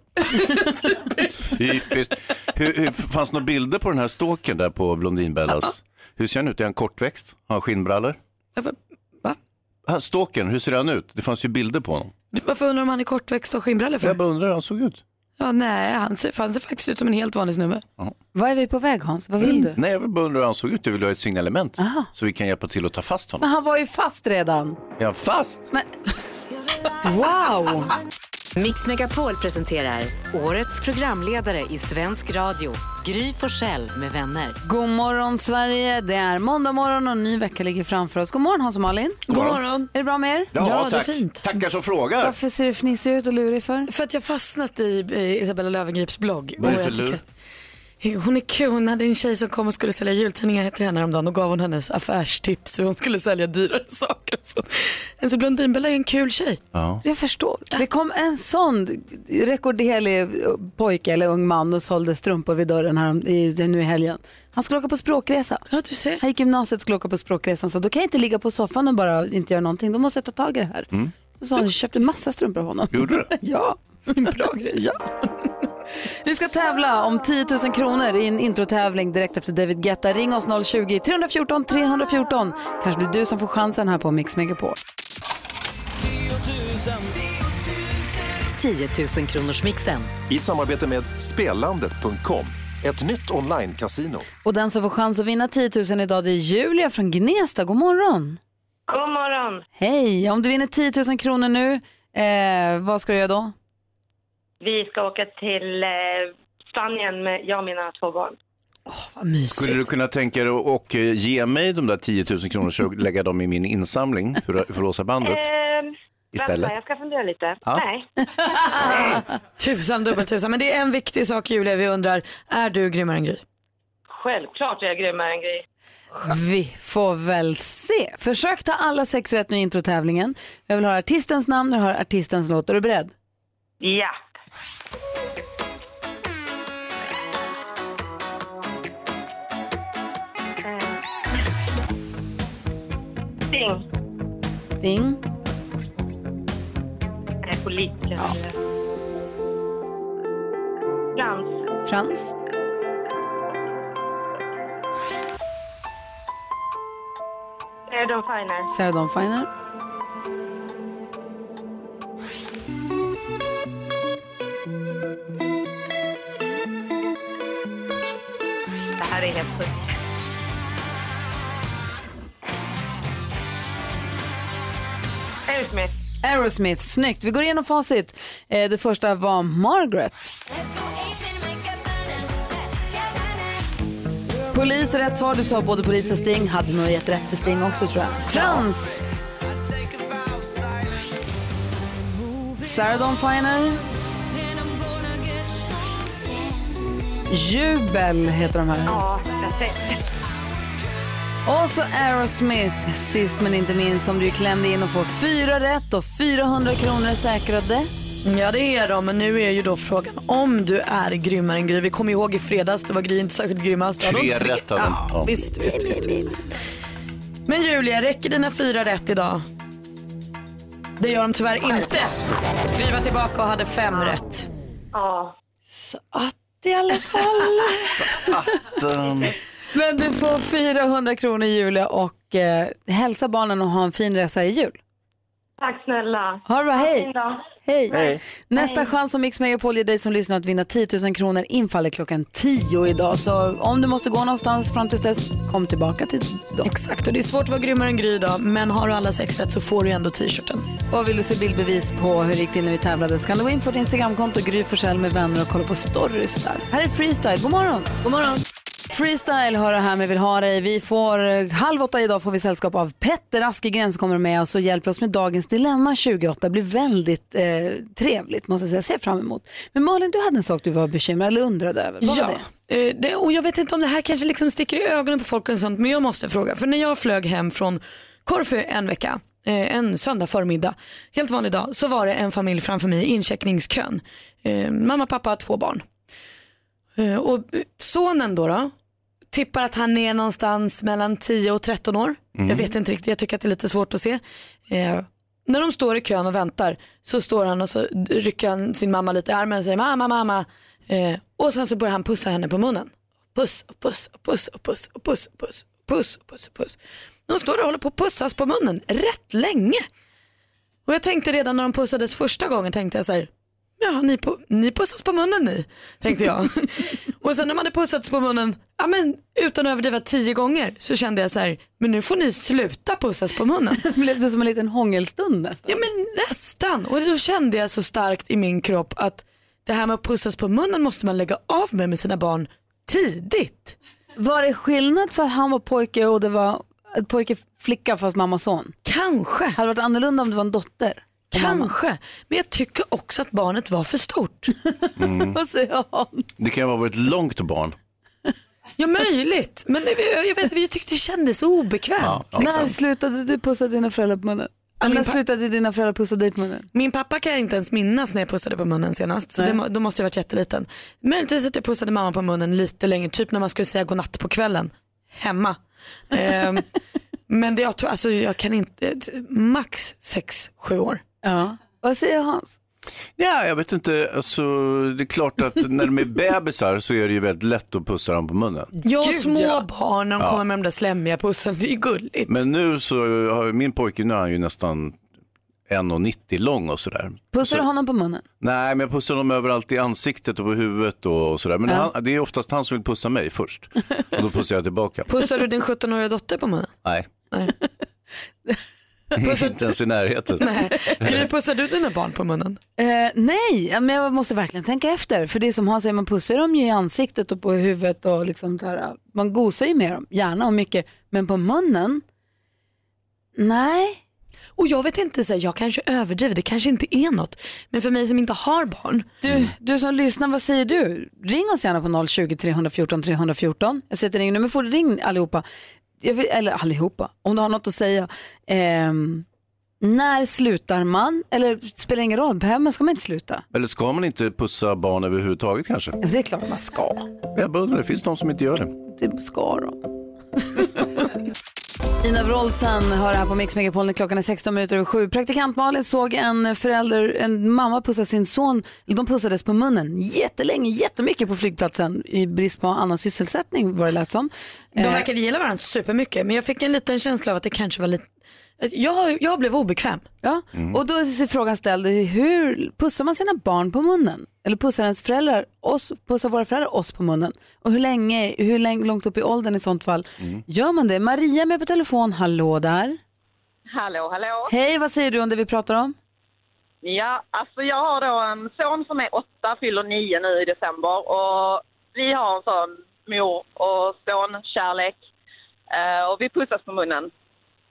S3: Typiskt. Hur, hur, fanns några bilder på den här stalken där på Blondinbellas? Hur ser han ut? Är han kortväxt? Har han skinnbrallor? Va? Stalken, hur ser han ut? Det fanns ju bilder på honom.
S2: Varför undrar du om han är kortväxt och skinbrallor för? Jag
S3: bara undrar hur han såg ut.
S2: Ja, nej, han ser, han ser faktiskt ut som en helt vanlig snubbe.
S1: Vad är vi på väg Hans? Vad vill du?
S3: Nej, jag vill bara undra hur han såg ut. Jag vill ha ett signalement så vi kan hjälpa till att ta fast
S1: Men
S3: honom.
S1: han var ju fast redan.
S3: Är han fast?
S1: Wow!
S12: Mix Megapol presenterar årets programledare i svensk radio, Gry Forssell med vänner.
S1: God morgon Sverige, det är måndag morgon och en ny vecka ligger framför oss. God morgon Hans och Malin.
S3: God morgon. God morgon.
S1: Är det bra med er?
S3: tack. Tackar som frågar.
S1: Varför ser du fnissig ut och lurig för?
S2: För att jag fastnat i eh, Isabella Lövengrips blogg.
S1: Vad är det
S2: Och
S1: för
S2: jag tycker
S1: lur?
S2: att- Hon är kul, hon hade en tjej som kom och skulle sälja jultidningar till henne häromdagen och gav hon hennes affärstips hur hon skulle sälja dyrare [laughs] saker. Så, alltså Blondinbella är en kul tjej.
S3: Ja.
S1: Jag förstår. Det kom en sån rekorderlig pojke eller ung man och sålde strumpor vid dörren här i, nu i helgen. Han skulle åka på språkresa.
S2: Ja, du ser.
S1: Han gick i gymnasiet och skulle åka på språkresan. Så då kan jag inte ligga på soffan och bara inte göra någonting. Då måste jag ta tag i det här.
S3: Mm.
S1: Så sa han, jag köpte massa strumpor av honom.
S3: Gjorde du?
S1: [laughs] ja.
S2: Bra grej.
S1: Ja. Vi ska tävla om 10 000 kronor i en introtävling direkt efter David Guetta. Ring oss 020-314 314. Kanske det är du som får chansen här på Mix Megapol.
S12: 10 000 kronors mixen.
S13: I samarbete med Spelandet.com, ett nytt online-casino.
S1: Och den som får chans att vinna 10 000 idag det är Julia från Gnesta. God morgon!
S14: God morgon.
S1: Hej! Om du vinner 10 000 kronor nu, eh, vad ska du göra då?
S14: Vi ska åka till eh, Spanien med jag och mina två barn.
S3: Skulle du kunna tänka dig att och eh, ge mig de där 10 000 kronorna så jag lägger dem i min insamling för, för Rosa bandet?
S14: Ehm,
S3: Istället.
S14: Vänta, jag ska fundera lite.
S3: Ja.
S14: Nej.
S2: Tusan dubbeltusan. Men det är en viktig sak Julia vi undrar, är du grymmare än Gry?
S14: Självklart är jag grymmare än Gry.
S1: Vi får väl se. Försök ta alla sex rätt nu i introtävlingen. Jag vill höra artistens namn och höra artistens låt. Är du beredd?
S14: Ja. Sting.
S1: Sting.
S14: Eh, Politiker. Frans.
S1: Frans.
S14: Eh, De Finer.
S1: Sarah Dawn Finer.
S14: Det här är helt sjukt. Aerosmith.
S1: Aerosmith, snyggt. Vi går igenom facit. Eh, det första var Margaret. Polis är rätt svar. Du sa både polis och Sting. Hade nog gett rätt för Sting också tror jag. Frans! Sarah Dawn Finer. Jubel heter de här.
S4: Ja, that's it.
S1: Och så Aerosmith, sist men inte minst, som du klämde in och får fyra rätt och 400 kronor är säkrade.
S2: Ja det är de, men nu är ju då frågan om du är grymmare än Gry. Vi kommer ihåg i fredags, då var Gry inte särskilt grymmast. Då hade hon
S3: Tre rätt hade hon.
S2: ja,
S3: Ja.
S2: visst, visst, visst, visst. Men Julia, räcker dina fyra rätt idag? Det gör de tyvärr inte. Gry var tillbaka och hade fem rätt.
S14: Ja.
S1: Så Ah. att i
S2: [laughs]
S1: alla fall.
S3: Ehm,
S1: men du får 400 kronor Julia och eh, hälsa barnen och ha en fin resa i jul.
S14: Tack snälla.
S1: Ha det bra,
S14: Ha en
S1: hej.
S14: fin dag.
S1: Hej.
S14: Hej.
S1: Nästa chans som Mix Megapol ger dig som lyssnar att vinna 10 000 kronor infaller klockan 10 idag. Så om du måste gå någonstans fram tills dess, kom tillbaka till dem.
S2: Exakt, och det är svårt att vara grymmare än Gry idag, men har du alla sex rätt så får du ju ändå t-shirten.
S1: Och vill du se bildbevis på hur det gick till när vi tävlade så kan du gå in på vårt Instagramkonto, Gry Forssell med vänner och kolla på stories där. Här är Freestyle, god morgon!
S2: God morgon!
S1: Freestyle hör du här med Vill ha dig. Vi får, eh, halv åtta idag får vi sällskap av Petter Askegren som kommer med oss och hjälper oss med dagens dilemma 28. Det blir väldigt eh, trevligt måste jag säga, ser fram emot. Men Malin, du hade en sak du var bekymrad eller undrade över. Vad
S2: ja.
S1: var det?
S2: eh, det? och jag vet inte om det här kanske liksom sticker i ögonen på folk och sånt men jag måste fråga. För när jag flög hem från Korfu en vecka, eh, en söndag förmiddag, helt vanlig dag, så var det en familj framför mig i incheckningskön. Eh, mamma, pappa, två barn. Eh, och eh, sonen då, då tippar att han är någonstans mellan 10 och 13 år.
S4: Mm.
S2: Jag vet inte riktigt, jag tycker att det är lite svårt att se. Eh, när de står i kön och väntar så står han och så rycker han sin mamma lite i armen och säger mamma, mamma. Eh, och sen så börjar han pussa henne på munnen. Puss och puss och puss och puss och puss och puss och puss och puss och puss. De står och håller på att pussas på munnen rätt länge. Och jag tänkte redan när de pussades första gången tänkte jag så här, ja ni, pu- ni pussas på munnen ni, tänkte jag. och sen när man hade pussats på munnen, ja men utan att överdriva tio gånger så kände jag så här, men nu får ni sluta pussas på munnen.
S1: Blev det som en liten hångelstund nästan?
S2: Ja men nästan, och då kände jag så starkt i min kropp att det här med att pussas på munnen måste man lägga av med med sina barn tidigt.
S1: Var det skillnad för att han var pojke och det var ett pojke flicka fast mamma son?
S2: Kanske.
S1: Hade det varit annorlunda om det var en dotter?
S2: Kanske, men jag tycker också att barnet var för stort.
S3: Mm.
S1: Vad säger han?
S3: Det kan ju ha varit ett långt barn.
S2: Ja möjligt, men det- jag, vet, jag tyckte det kändes obekvämt.
S1: När
S2: liksom.
S1: slutade du pussa dina föräldrar på munnen?
S2: Ja, min
S1: När
S2: pa-
S1: slutade dina föräldrar pussa dig på munnen?
S2: Min pappa kan jag inte ens minnas när jag pussade på munnen senast. Så
S1: Nej.
S2: det, må- då måste jag varit jätteliten. Möjligtvis att jag pussade mamma på munnen lite längre, typ när man skulle säga godnatt på kvällen. Hemma. Ehm, [laughs] men det, jag tror, alltså jag kan inte, max sex sju år.
S1: Ja. Vad säger Hans?
S3: Ja, jag vet inte. Alltså, det är klart att när de är bebisar så är det ju väldigt lätt att pussa dem på munnen.
S2: Jag och små barn när de
S3: Ja.
S2: kommer med de där slemmiga pussen, det är ju gulligt.
S3: Men nu så har ju min pojke, nu är han ju nästan 1,90 lång och sådär.
S1: Pussar du honom på munnen?
S3: Nej, men jag pussar dem överallt i ansiktet och på huvudet och, och sådär. Men
S1: Ja.
S3: han, det är oftast han som vill pussa mig först. Och då pussar jag tillbaka.
S2: Pussar du din 17-åriga dotter
S3: [laughs]
S2: på munnen?
S3: Nej.
S2: Nej.
S3: Inte ens i närheten.
S2: Gry, pussar du dina barn på munnen?
S1: Eh, nej, ja, men jag måste verkligen tänka efter. För det är som han säger, man pussar dem ju i ansiktet och på huvudet och liksom där, man gosar ju med dem, gärna och mycket. Men på munnen, nej.
S2: Och jag vet inte, så här, jag kanske överdriver, det kanske inte är något. Men för mig som inte har barn.
S1: Du, du som lyssnar, vad säger du? Ring oss gärna på 020 314 314. Jag sätter ingen nummer, får du ring allihopa. Jag vill, eller allihopa, om du har något att säga. Ehm, när slutar man? Eller spelar ingen roll, behöver man, ska man inte sluta?
S3: Eller ska man inte pussa barn överhuvudtaget kanske?
S1: Det är klart man ska.
S3: Jag bara undrar, det finns de som inte gör det.
S1: Det ska de. Ina Wroldsen hör här på Mix Megapol när klockan är 16 minuter över sju. Praktikant Malin såg en förälder, en mamma pussa sin son. De pussades på munnen jättelänge, jättemycket på flygplatsen i brist på annan sysselsättning var det lät som.
S2: De
S1: Eh,
S2: verkade gilla varandra supermycket men jag fick en liten känsla av att det kanske var lite, att jag, jag blev obekväm.
S1: Ja, och då är frågan ställd, hur pussar man sina barn på munnen? Eller pussar ens föräldrar oss, pussar våra föräldrar oss på munnen? Och hur länge, hur länge, långt upp i åldern i sånt fall, gör man det? Maria är med på telefon, hallå där.
S6: Hallå, hallå.
S1: Hej, vad säger du om det vi pratar om?
S6: Ja, alltså jag har då en son som är åtta, fyller nio nu i december och vi har en sån mor och son-kärlek Eh, och vi pussas på munnen.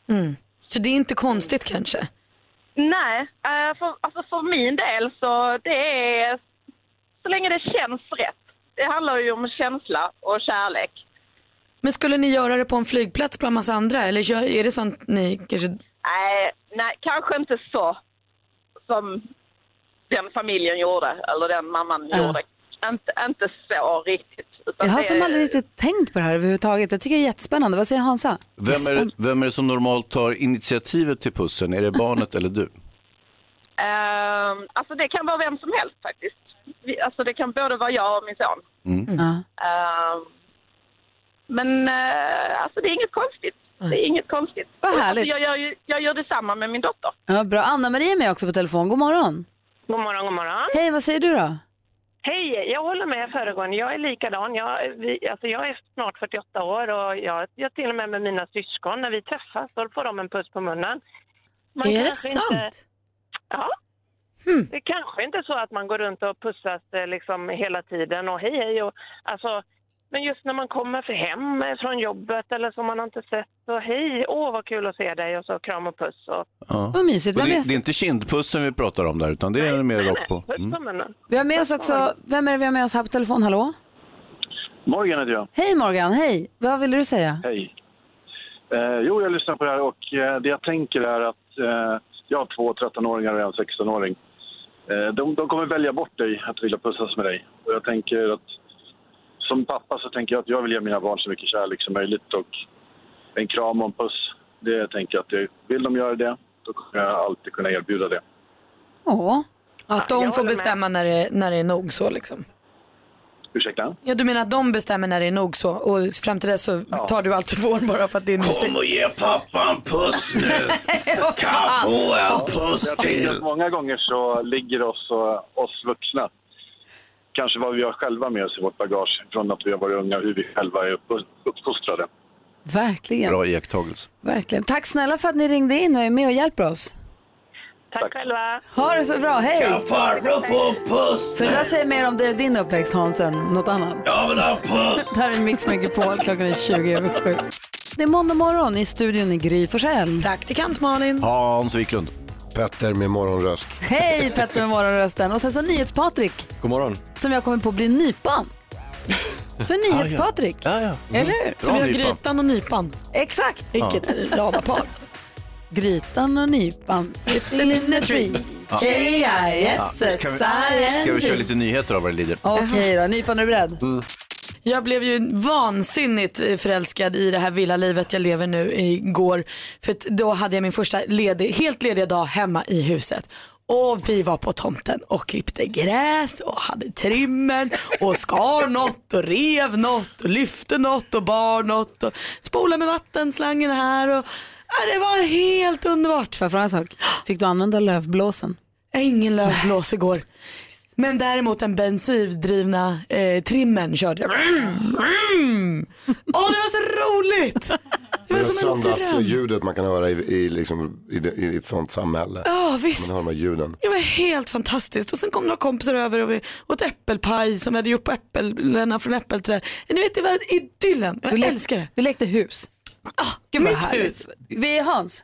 S2: Mm. Så det är inte konstigt kanske?
S6: Nej, eh, för, alltså för min del så det är så länge det känns rätt. Det handlar ju om känsla och kärlek.
S2: Men skulle ni göra det på en flygplats bland massa andra eller gör, är det sånt ni kanske...
S6: Nej, nej, kanske inte så som den familjen gjorde, eller den mamman
S1: Ja.
S6: gjorde. Inte, inte så riktigt. utan
S1: Jag har
S6: det-
S1: som aldrig riktigt tänkt på det här överhuvudtaget. Jag tycker det är jättespännande. Vad säger Hansa?
S3: Vem är, vem är det som normalt tar initiativet till pussen? Är det barnet eller du?
S6: Ehm, alltså det kan vara vem som helst faktiskt. Vi, alltså det kan både vara jag och min son.
S3: Mm.
S6: Ehm, men eh, alltså det är inget konstigt. Det är inget konstigt.
S1: Vad
S6: Och,
S1: härligt.
S6: Alltså jag, gör, ju- jag gör detsamma med min dotter.
S1: Ja, bra. Anna-Maria är med också på telefon. God morgon.
S7: God morgon, god morgon.
S1: Hej, vad säger du då?
S7: Hej, jag håller med föregående. Jag är likadan. Jag, vi, alltså jag är snart 48 år och jag, jag till och med med mina syskon, när vi träffas, då får de en puss på munnen.
S2: Är det
S7: kanske
S2: sant? Hmm.
S7: ja. Det kanske inte är så att man går runt och pussas eh, liksom hela tiden och hej, hej. Och, alltså, men just när man kommer för hem eh, från jobbet eller som man har inte sett, så hej, åh vad kul att se dig och så kram och puss. Och,
S3: Ja.
S1: Vad mysigt.
S3: Och
S1: Vem
S3: Det,
S1: är-
S3: det är inte kindpussen vi pratar om där, utan det är mer rakt på.
S7: puss
S3: Mm.
S7: på munnen.
S1: Vi har med oss också, vem är det vi har med oss här på telefon? Hallå?
S15: Morgan heter jag.
S1: Hej Morgan, hej. Vad ville du säga?
S15: Hej. Eh, jo, jag lyssnar på det här och eh, det jag tänker är att eh, jag har två 13-åringar och en 16-åring. Eh, de, de kommer välja bort dig att vilja pussas med dig. Och jag tänker att som pappa så tänker jag att jag vill ge mina barn så mycket kärlek som möjligt och en kram och en puss. Det tänker jag att det, vill de göra det, då kommer jag alltid kunna erbjuda det.
S1: Åh.
S2: Att de får bestämma när det, när det är nog så liksom?
S15: Ursäkta?
S2: Ja, du menar att de bestämmer när det är nog så och fram till dess så tar du allt du får bara för att det är mysigt?
S15: och ge pappa en puss
S3: [laughs]
S15: nu!
S2: Kan få en
S15: puss till! Många gånger så ligger oss, och oss vuxna, kanske vad vi har själva med oss i vårt bagage från att vi har varit unga, hur vi själva är upp, uppfostrade.
S1: Verkligen.
S3: Bra iakttagelse.
S1: Verkligen. Tack snälla för att ni ringde in och är med och hjälper oss.
S7: Tack, själva.
S1: Ha det så bra, hej!
S7: Kan farbror få en
S1: Så det där säger mer om det, din uppväxt Hansen, något annat?
S4: Jag vill ha en
S1: puss! det här är Mix Megapol, klockan är 20 över 7. Det är måndag morgon i studion i Gry Forssell.
S2: Praktikant Malin.
S16: Hans Wiklund. Petter med morgonröst.
S1: Hej Petter med morgonrösten. Och sen så NyhetsPatrik,
S16: God morgon.
S1: som jag kommer på bli nypan. För NyhetsPatrik.
S3: Ah, Ja, ja.
S1: Eller hur?
S2: Så vi har grytan och nypan.
S1: Exakt.
S2: Vilket ja. radarpar.
S1: Grytan och nypan sitting in a tree.
S3: Ja.
S1: K-I-S-S-I-N-G.
S3: Ska vi- Ska vi köra lite Mm. nyheter av vad det lider?
S1: Okej då, Nypan är du beredd?
S2: Jag blev ju vansinnigt eh, förälskad i det här villalivet jag lever nu igår. För att då hade jag min första ledig, helt lediga dag hemma i huset. Och vi var på tomten och klippte gräs och hade trimmen och skar något och rev något och lyfte något och bar något och spolade med vattenslangen här. Och, ja, det var helt underbart.
S1: Får jag fråga en sak? Fick du använda lövblåsen?
S2: Ingen lövblås igår. Men däremot den bensindrivna eh, trimmen körde jag. Åh, det var så roligt! Det
S16: Det
S2: var
S16: är
S2: som en dröm.
S16: söndagsljudet man kan höra i, i, liksom, i, det- i ett sånt samhälle.
S2: Ja, visst.
S16: Man hör de här ljuden.
S2: Det var helt fantastiskt. Och sen kom några kompisar över och vi åt äppelpaj som vi hade gjort på äpplen från äppelträd. Ni vet, det var idyllen. Jag älskar det.
S1: Du lekte hus. Gud vad
S2: Mitt
S1: härligt.
S2: hus.
S1: Ah, Vi är Hans.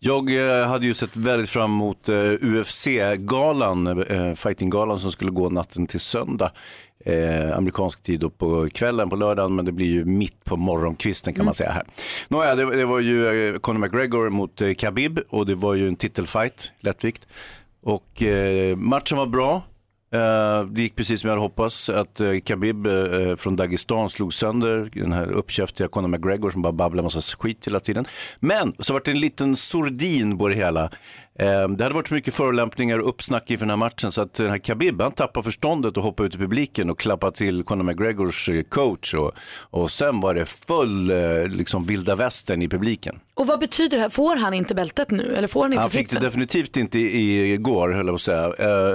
S3: Jag eh, hade ju sett väldigt fram emot eh, UFC-galan, eh, fightinggalan som skulle gå natten till söndag. Eh, amerikansk tid då på kvällen på lördagen men det blir ju mitt på morgonkvisten kan man säga här. Nåja, det, det var ju eh, Conor McGregor mot eh, Khabib och det var ju en titelfight, lättvikt. Och eh, matchen var bra. Eh, det gick precis som jag hade hoppats att eh, Khabib eh, från Dagestan slog sönder den här uppkäftiga Conor McGregor som bara babblar massa skit hela tiden. Men så vart det en liten sordin på det hela. Eh, det hade varit så mycket förolämpningar och uppsnack inför den här matchen så att den här Khabib han tappade förståndet och hoppade ut i publiken och klappade till Conor McGregors eh, coach och, och sen var det full eh, liksom vilda västern i publiken.
S2: Och vad betyder det här? Får han inte bältet nu? Eller får han inte
S3: Han fick det
S2: titeln?
S3: definitivt inte i- igår, höll jag på att säga.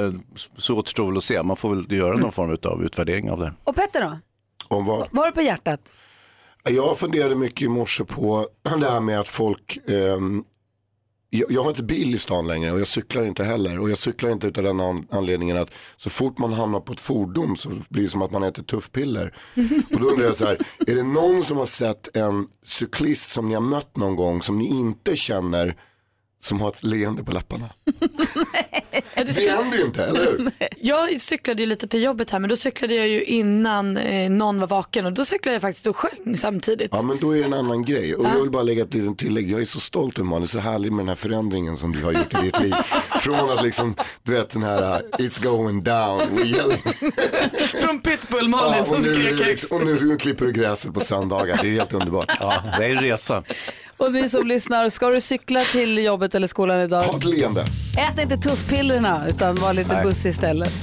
S3: Eh, Så återstår väl att se. Man får väl göra någon form av utvärdering av det.
S1: Och Petter då?
S16: Om vad?
S1: Vad har du på hjärtat?
S16: [clears throat] Jag funderade mycket i morse på det här med att folk ehm, jag, jag har inte bil i stan längre och jag cyklar inte heller. Och jag cyklar inte utav den an- anledningen att så fort man hamnar på ett fordon så blir det som att man äter tuffpiller. Och då undrar jag så här, är det någon som har sett en cyklist som ni har mött någon gång som ni inte känner som har ett leende på läpparna? Det händer ju inte, eller hur?
S2: Jag cyklade ju lite till jobbet här men då cyklade jag ju innan eh, någon var vaken och då cyklade jag faktiskt och sjöng samtidigt.
S16: Ja men då är det en annan grej. Och jag vill bara lägga ett litet tillägg. Jag är så stolt över Malin, så härlig med den här förändringen som du har gjort i ditt liv. Från att liksom, du vet den här uh, it's going down, we're yelling.
S2: Från Pitbull
S16: Ja, och, nu, är det liksom, och nu klipper du gräset på söndagar, det är helt underbart.
S3: Ja, det är en resa.
S1: Och ni som lyssnar, ska du cykla till jobbet eller skolan idag?
S16: Ha ett leende.
S1: Ät inte tuffpillerna utan var lite
S16: Nej.
S1: bussig istället.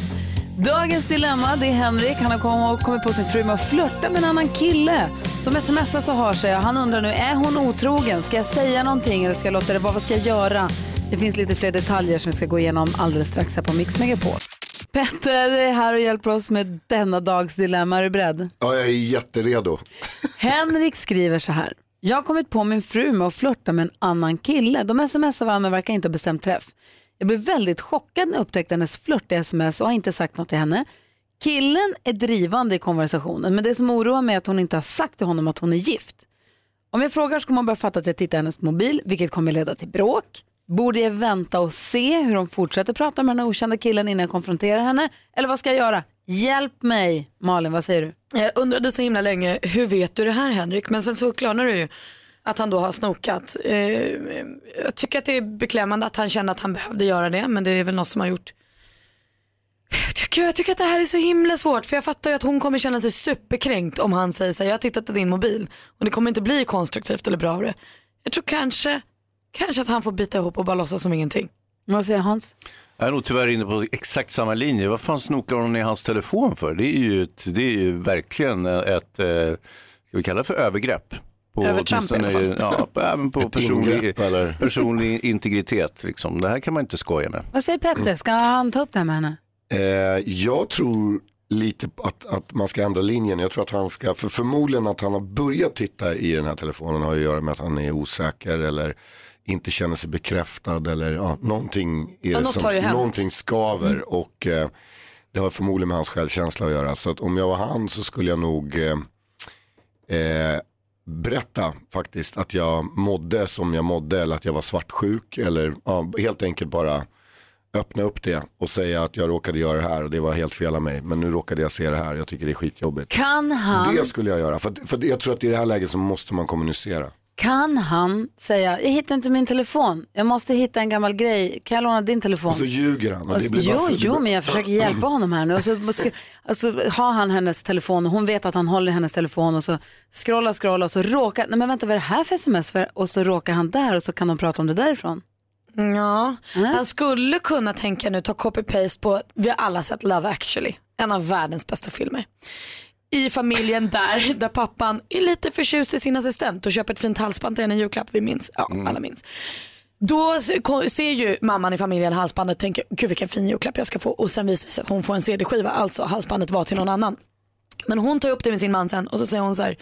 S1: Dagens dilemma, det är Henrik. Han har kom- kommit på sin fru med att flörta med en annan kille. De smsar så hör sig och han undrar nu, är hon otrogen? Ska jag säga någonting eller ska jag låta det vara? Vad ska jag göra? Det finns lite fler detaljer som vi ska gå igenom alldeles strax här på Mix Megapol. Petter är här och hjälper oss med denna dags dilemma. Är du beredd?
S16: Ja, jag är jätteredo.
S1: Henrik skriver så här. Jag har kommit på min fru med att flörta med en annan kille. De smsar varandra men verkar inte ha bestämt träff. Jag blev väldigt chockad när jag upptäckte hennes flörtiga sms och har inte sagt något till henne. Killen är drivande i konversationen men det som oroar mig är att hon inte har sagt till honom att hon är gift. Om jag frågar så kommer hon börja fatta att jag tittar i hennes mobil, vilket kommer leda till bråk. Borde jag vänta och se hur hon fortsätter prata med den här okända killen innan jag konfronterar henne? Eller vad ska jag göra? Hjälp mig! Malin, vad säger du?
S2: Jag undrade så himla länge, hur vet du det här Henrik? Men sen så klarnar det ju att han då har snokat. Eh, jag tycker att det är beklämmande att han kände att han behövde göra det, men det är väl något som har gjort jag tycker, jag tycker att det här är så himla svårt för jag fattar ju att hon kommer känna sig superkränkt om han säger så här, jag har tittat i din mobil och det kommer inte bli konstruktivt eller bra av det. Jag tror kanske, kanske att han får bita ihop och bara låtsas som ingenting.
S1: Vad säger Hans?
S3: Jag är nog tyvärr inne på exakt samma linje. Vad fan snokar hon i hans telefon för? Det är ju, ett, det är ju verkligen ett, eh, ska vi kalla det för övergrepp? På,
S4: Övertramp i alla
S3: åtminstone-
S4: fall.
S3: Ja, på- även på
S16: Ett
S3: personlig,
S16: ingrepp, eller?
S3: personlig integritet. Liksom. Det här kan man inte skoja med.
S1: Vad säger Petter? Ska han ta upp det här med henne?
S16: Eh, jag tror lite på att, att man ska ändra linjen. Jag tror att han ska, för förmodligen att han har börjat titta i den här telefonen har ju att göra med att han är osäker eller inte känner sig bekräftad eller ja, någonting, är
S2: Ja,
S16: det
S2: något har ju
S16: som,
S2: hänt. Mm.
S16: någonting skaver och eh, det har förmodligen med hans självkänsla att göra. Så att om jag var han så skulle jag nog eh, eh, berätta faktiskt att jag mådde som jag mådde eller att jag var svartsjuk eller ja, helt enkelt bara öppna upp det och säga att jag råkade göra det här och det var helt fel av mig men nu råkade jag se det här jag tycker det är skitjobbigt.
S1: Kan han,
S16: Det skulle jag göra för, att- för att jag tror att i det här läget så måste man kommunicera.
S1: kan han säga, jag hittar inte min telefon, jag måste hitta en gammal grej, kan jag låna din telefon?
S16: Och så ljuger han. Och
S1: Och
S16: Alltså, det
S1: så-
S16: blir bara
S1: Alltså, jo,
S16: för-
S1: jo, men jag försöker hjälpa honom här nu. Och så, måste- alltså, har han hennes telefon och hon vet att han håller i hennes telefon och så scrollar, scrollar och så råkar, nej men vänta vad är det här för sms för? Och så råkar han där och så kan de prata om det därifrån.
S2: Ja, han skulle kunna tänka nu ta copy-paste på, vi har alla sett Love actually, en av världens bästa filmer. I familjen där, där pappan är lite förtjust i sin assistent och köper ett fint halsband till henne i julklapp, vi minns, ja alla minns. Då se- ko- ser ju mamman i familjen halsbandet och tänker, gud vilken fin julklapp jag ska få och sen visar det sig att hon får en CD-skiva, alltså halsbandet var till någon annan. Men hon tar upp det med sin man sen och så säger hon så här,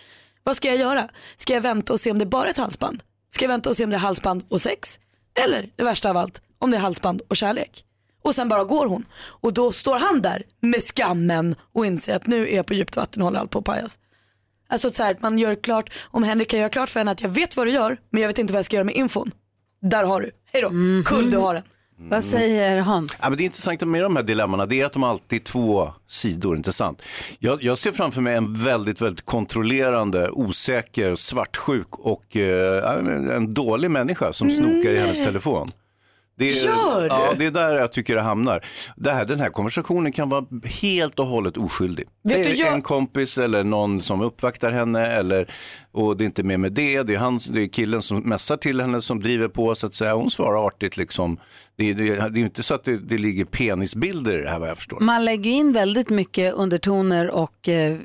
S2: vad ska jag göra? Ska jag vänta och se om det är bara är ett halsband? Ska jag vänta och se om det är halsband och sex? Eller det värsta av allt, om det är halsband och kärlek? Och sen bara går hon. Och då står han där med skammen och inser att nu är jag på djupt vatten och håller allt på att pajas. Alltså så här, att man gör klart, om Henrik kan göra klart för henne att jag vet vad du gör men jag vet inte vad jag ska göra med infon. Där har du, hej då, kul du har den.
S16: Mm.
S1: Vad säger Hans?
S3: Ja, men det intressanta med de här dilemmana det är att de alltid är två sidor, inte sant? Jag, jag ser framför mig en väldigt, väldigt kontrollerande, osäker, svartsjuk och eh, en- en dålig människa som snokar i hennes telefon. Det är,
S4: Mm. Gör du?
S3: Ja, det är där jag tycker det hamnar. Det här, den här konversationen kan vara helt och hållet oskyldig.
S4: Vet
S3: det är
S4: du, jag-
S3: en kompis eller någon som uppvaktar henne eller, och det är inte mer med det. Det är, han, det är killen som messar till henne som driver på så att säga. Hon svarar artigt liksom. Det, är- det, är- det är ju inte så att det, det ligger
S2: Mm.
S3: penisbilder i det här vad jag förstår.
S1: Man lägger ju in väldigt mycket undertoner och eh,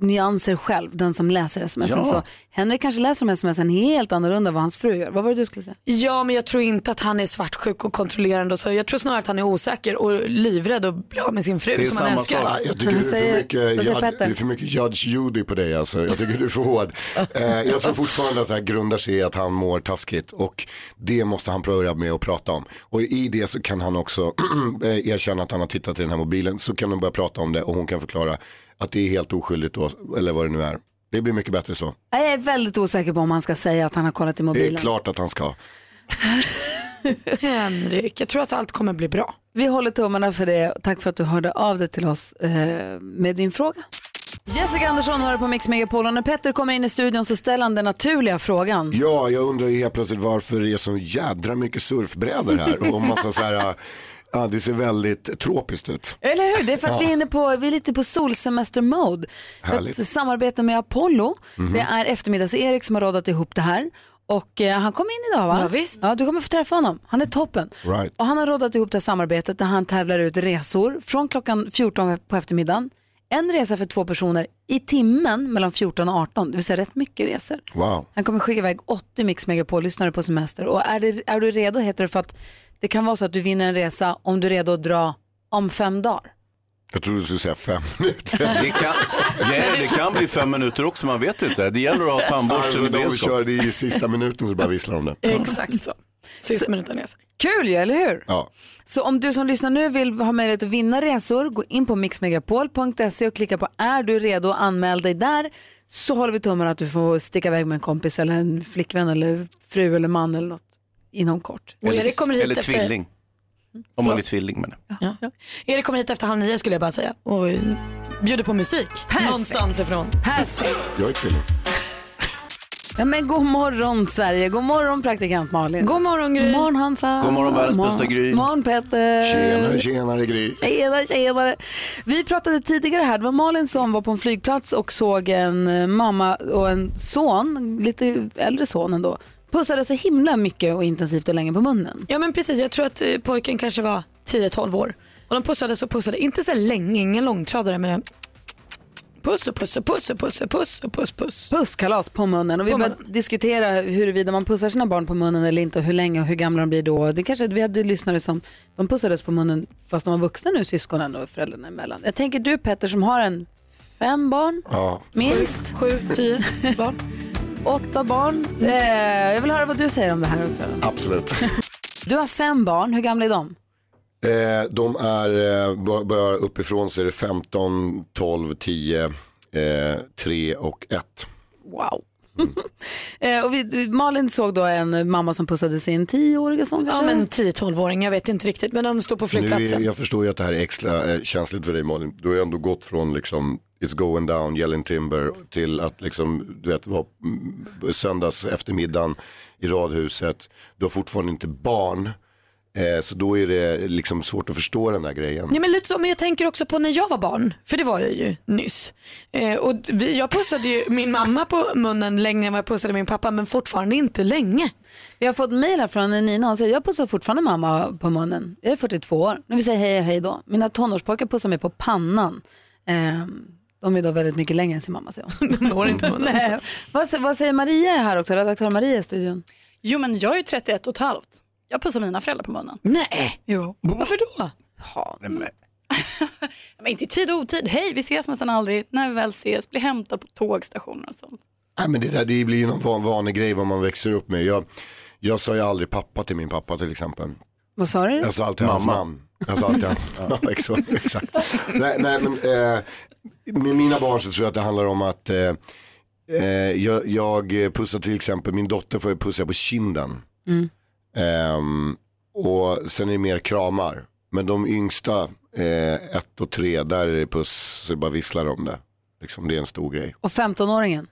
S1: nyanser själv, den som läser smsen.
S2: Ja.
S1: Så Henrik kanske läser de smsen helt annorlunda än vad hans fru gör. Vad var det du skulle säga?
S2: Ja, men jag tror inte att han är svartsjuk och kontrollerande. Och så. Jag tror snarare att han är osäker och livrädd och blir av med sin fru som han älskar.
S16: Nej, Jag tycker du är, för mycket, jud, du är för mycket Judge Judy på dig alltså. Jag tycker du är för
S1: [laughs]
S16: hård. Eh, jag tror fortfarande att det här grundar sig i att han mår taskigt och det måste han börja med att prata om. Och i det så kan han också [clears throat] eh, erkänna att han har tittat i den här mobilen. Så kan de börja prata om det och hon kan förklara att det är helt oskyldigt då, eller vad det nu är. Det blir mycket bättre så.
S1: Nej, Jag är väldigt osäker på om han ska säga att han har kollat i mobilen.
S16: Det är klart att han ska.
S2: Henrik, jag tror att allt kommer bli bra.
S1: Vi håller tummarna för det. Tack för att du hörde av dig till oss eh, med din fråga. Jessica Andersson hör på Mix Megapol och när Petter kommer in i studion så ställer han den naturliga frågan.
S16: Ja, jag undrar ju helt plötsligt varför det är så jädra mycket surfbrädor här och massa så här, ja det ser väldigt tropiskt ut.
S1: Eller hur? Det är för att
S16: Ja.
S1: vi, är inne på, vi är lite på solsemester-mode. För att
S16: Härligt.
S1: Samarbete med Apollo.
S16: Mhm.
S1: Det är eftermiddags-Erik som har rådat ihop det här. Och eh, han kom in idag va?
S2: Ja,
S1: Ja, du kommer få träffa honom. Han är toppen.
S16: Right.
S1: Och han har rådat ihop det här samarbetet där han tävlar ut resor från klockan 14 på eftermiddagen. En resa för två personer i timmen mellan 14 och 18, det vill säga rätt mycket resor.
S16: Wow.
S1: Han kommer skicka iväg 80 Mix Megapol-lyssnare på semester. Och är, det, är du redo heter det för att det kan vara så att du vinner en resa om du är redo att dra om fem dagar.
S16: Jag trodde du skulle säga fem minuter.
S3: Det kan, ja, det kan bli fem minuter också, man vet inte. Det gäller att ha tandborsten
S16: Alltså,
S3: i
S16: de
S3: beredskap.
S16: kör det i sista minuten så bara visslar de det.
S2: Exakt så. Sista minuten resa.
S1: Kul ju, eller hur?
S16: Ja.
S1: Så om du som lyssnar nu vill ha möjlighet att vinna resor, gå in på mixmegapol.se och klicka på är du redo och anmäl dig där. Så håller vi tummarna att du får sticka iväg med en kompis eller en flickvän eller fru eller man eller något inom kort.
S2: Erik kommer hit
S3: Eller
S2: efter-
S3: tvilling. Om man är tvilling men.
S2: Erik kommer hit efter halv nio skulle jag bara säga och bjuder på musik någonstans ifrån.
S1: Perfekt.
S16: Jag är tvilling.
S1: Ja, men god morgon Sverige, god morgon praktikant Malin. God morgon
S2: Eh,
S1: Gry. God morgon Hansa.
S3: God morgon, världens bästa Gry.
S1: God morgon Petter.
S16: Tjenare, tjenare Gry.
S1: Tjenare, tjenare. Vi pratade tidigare här, det var Malin som var på en flygplats och såg en eh, mamma och en son, lite äldre son ändå, pussade så himla mycket och intensivt och länge på munnen.
S2: Ja men precis, jag tror att eh, pojken kanske var 10-12 år. Och de pussades och pussade, inte så länge, ingen långtradare men en puss och puss och puss och puss och puss och puss. puss.
S1: Pusskalas på munnen och vi
S2: På
S1: började diskutera huruvida man pussar sina barn på munnen eller inte och hur länge och hur gamla de blir då. Det kanske, vi hade lyssnare som de pussades på munnen fast de var vuxna nu, syskonen och föräldrarna emellan. Jag tänker du Petter som har en fem barn,
S16: Ja.
S1: minst.
S2: Sju, tio barn.
S1: Åtta barn. Eh, jag vill höra vad du säger om det här också.
S16: Absolut.
S1: Du har fem barn, hur gamla är de?
S16: Eh, de är, eh, bör- börjar uppifrån så är det 15, 12, 10, eh, 3 och 1.
S1: Wow. [laughs] Eh, och vi, du- Malin såg då en mamma som pussade sin tioåriga son
S2: Ja
S1: kanske?
S2: men 10-12-åring, jag vet inte riktigt men de står på
S16: Nu
S2: flygplatsen.
S16: är, jag förstår ju att det här är extra eh, känsligt för dig Malin. Du har ju ändå gått från liksom It's going down, Yelling Timber till att liksom, du vet, vara mm, söndags eftermiddagen i radhuset. Du har fortfarande inte barn. Eh, så då är det liksom svårt att förstå den där grejen.
S2: Ja, men lite så, men jag tänker också på när jag var barn, för det var jag ju nyss. Eh, och vi, jag pussade ju min mamma på munnen längre än vad jag pussade min pappa men fortfarande inte länge.
S1: Vi har fått mejl här från Nina, hon säger jag pussar fortfarande mamma på munnen. Jag är 42 år, när vi säger hej hej då. Mina tonårspojkar pussar mig på pannan. Eh, de är då väldigt mycket längre än sin mamma [laughs] säger hon.
S2: de når inte
S1: munnen. Nej. Vad, sä- vad säger Maria här också, redaktör Maria i studion?
S17: Jo, men jag är ju 31 och ett halvt. Jag pussar mina föräldrar på munnen.
S2: [laughs] Nej.
S17: Jo.
S2: Varför då?
S17: [laughs] Men inte i tid och otid. Hej, vi ses nästan aldrig. När vi väl ses, blir hämtad på tågstationer och sånt.
S16: Nej, men det, där, det blir ju någon van, vanlig grej vad man växer upp med. Jag, jag sa ju aldrig pappa till min pappa till exempel.
S1: Vad sa du?
S16: Jag sa alltid hans
S3: Mamma.
S16: namn. Jag sa alltid hans [laughs] ja. exakt. exakt. nej, nej, men, eh, med mina barn så tror jag att det handlar om att eh, eh, jag, jag pussar till exempel, min dotter får jag pussa på kinden.
S4: Mm.
S16: Ehm, och sen är det mer kramar. Men de yngsta, eh, ett och tre, där är det puss så det bara visslar om det. Liksom, det är en stor grej.
S1: Och 15-åringen?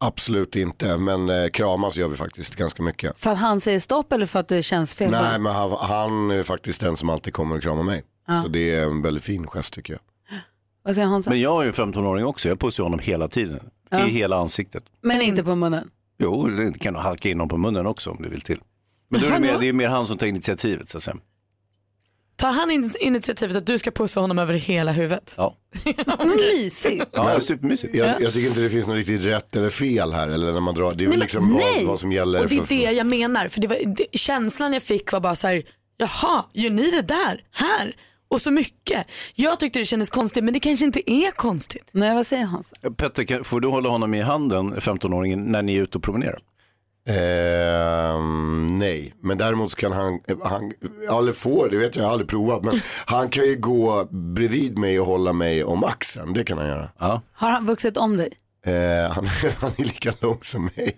S16: Absolut inte, men eh, kramas gör vi faktiskt ganska mycket.
S1: För att han säger stopp eller för att det känns fel? bara?
S16: Nej, men han, han är faktiskt den som alltid kommer och kramar mig.
S1: Ja.
S16: Så det är en väldigt fin gest tycker jag.
S1: Vad säger Hansa?
S3: Men jag är ju 15-åring också, jag pussar honom hela tiden.
S1: Ja.
S3: I hela ansiktet.
S1: Men inte på munnen?
S3: Jo, det kan du halka in honom på munnen också om du vill till. Men då är det, mer, det är mer han som tar initiativet så att säga.
S2: Tar han in- initiativet att du ska pussa honom över hela huvudet?
S3: Ja.
S2: Mysigt.
S16: Men Jag, jag tycker inte det finns något riktigt rätt eller fel här. Eller när man drar, det är väl liksom vad, vad som gäller.
S2: Och det är
S16: för,
S2: det jag menar. För det var, det, känslan jag fick var bara så här, jaha, gör ni det där, här? Och så mycket. Jag tyckte det kändes konstigt men det kanske inte är konstigt.
S1: [laughs] Nej, vad säger Hans?
S3: Petter, kan- får du hålla honom i handen, 15-åringen, när ni är ute och promenerar?
S16: Ehm, nej, men däremot så kan han, han, eller får, det vet jag, jag har aldrig provat,
S2: [laughs]
S16: men han kan ju gå bredvid mig och hålla mig om axeln, det kan han göra.
S1: Har han vuxit om dig?
S16: Eh, han, [laughs] han är lika lång som mig.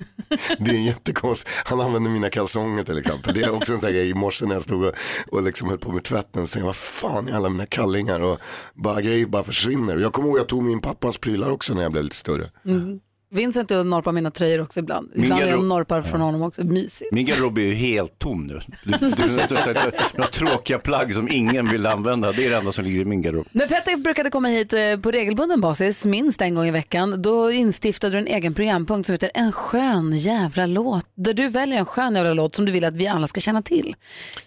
S16: Det är en jättekonst. Han använder mina kalsonger till exempel. Det är också en sån här grej. I morse när jag stod och, och liksom höll på med tvätten så tänkte jag, vad fan är alla mina kallingar? Och bara, grejer bara försvinner. Och Jag kommer ihåg jag tog min pappas prylar också när jag blev lite större.
S1: Mm. Vincent och jag norpar mina tröjor också ibland.
S3: Min
S1: Ibland är jag
S3: garderob-
S1: norpar från honom också. Mysigt.
S3: Min garderob är ju helt tom nu. Det, det, det, några tråkiga plagg som ingen vill använda, det är det enda som ligger i min garderob.
S1: När Petter brukade komma hit eh, på regelbunden basis, minst en gång i veckan, då instiftade du en egen programpunkt som heter En skön jävla låt. Där du väljer en skön jävla låt som du vill att vi alla ska känna till.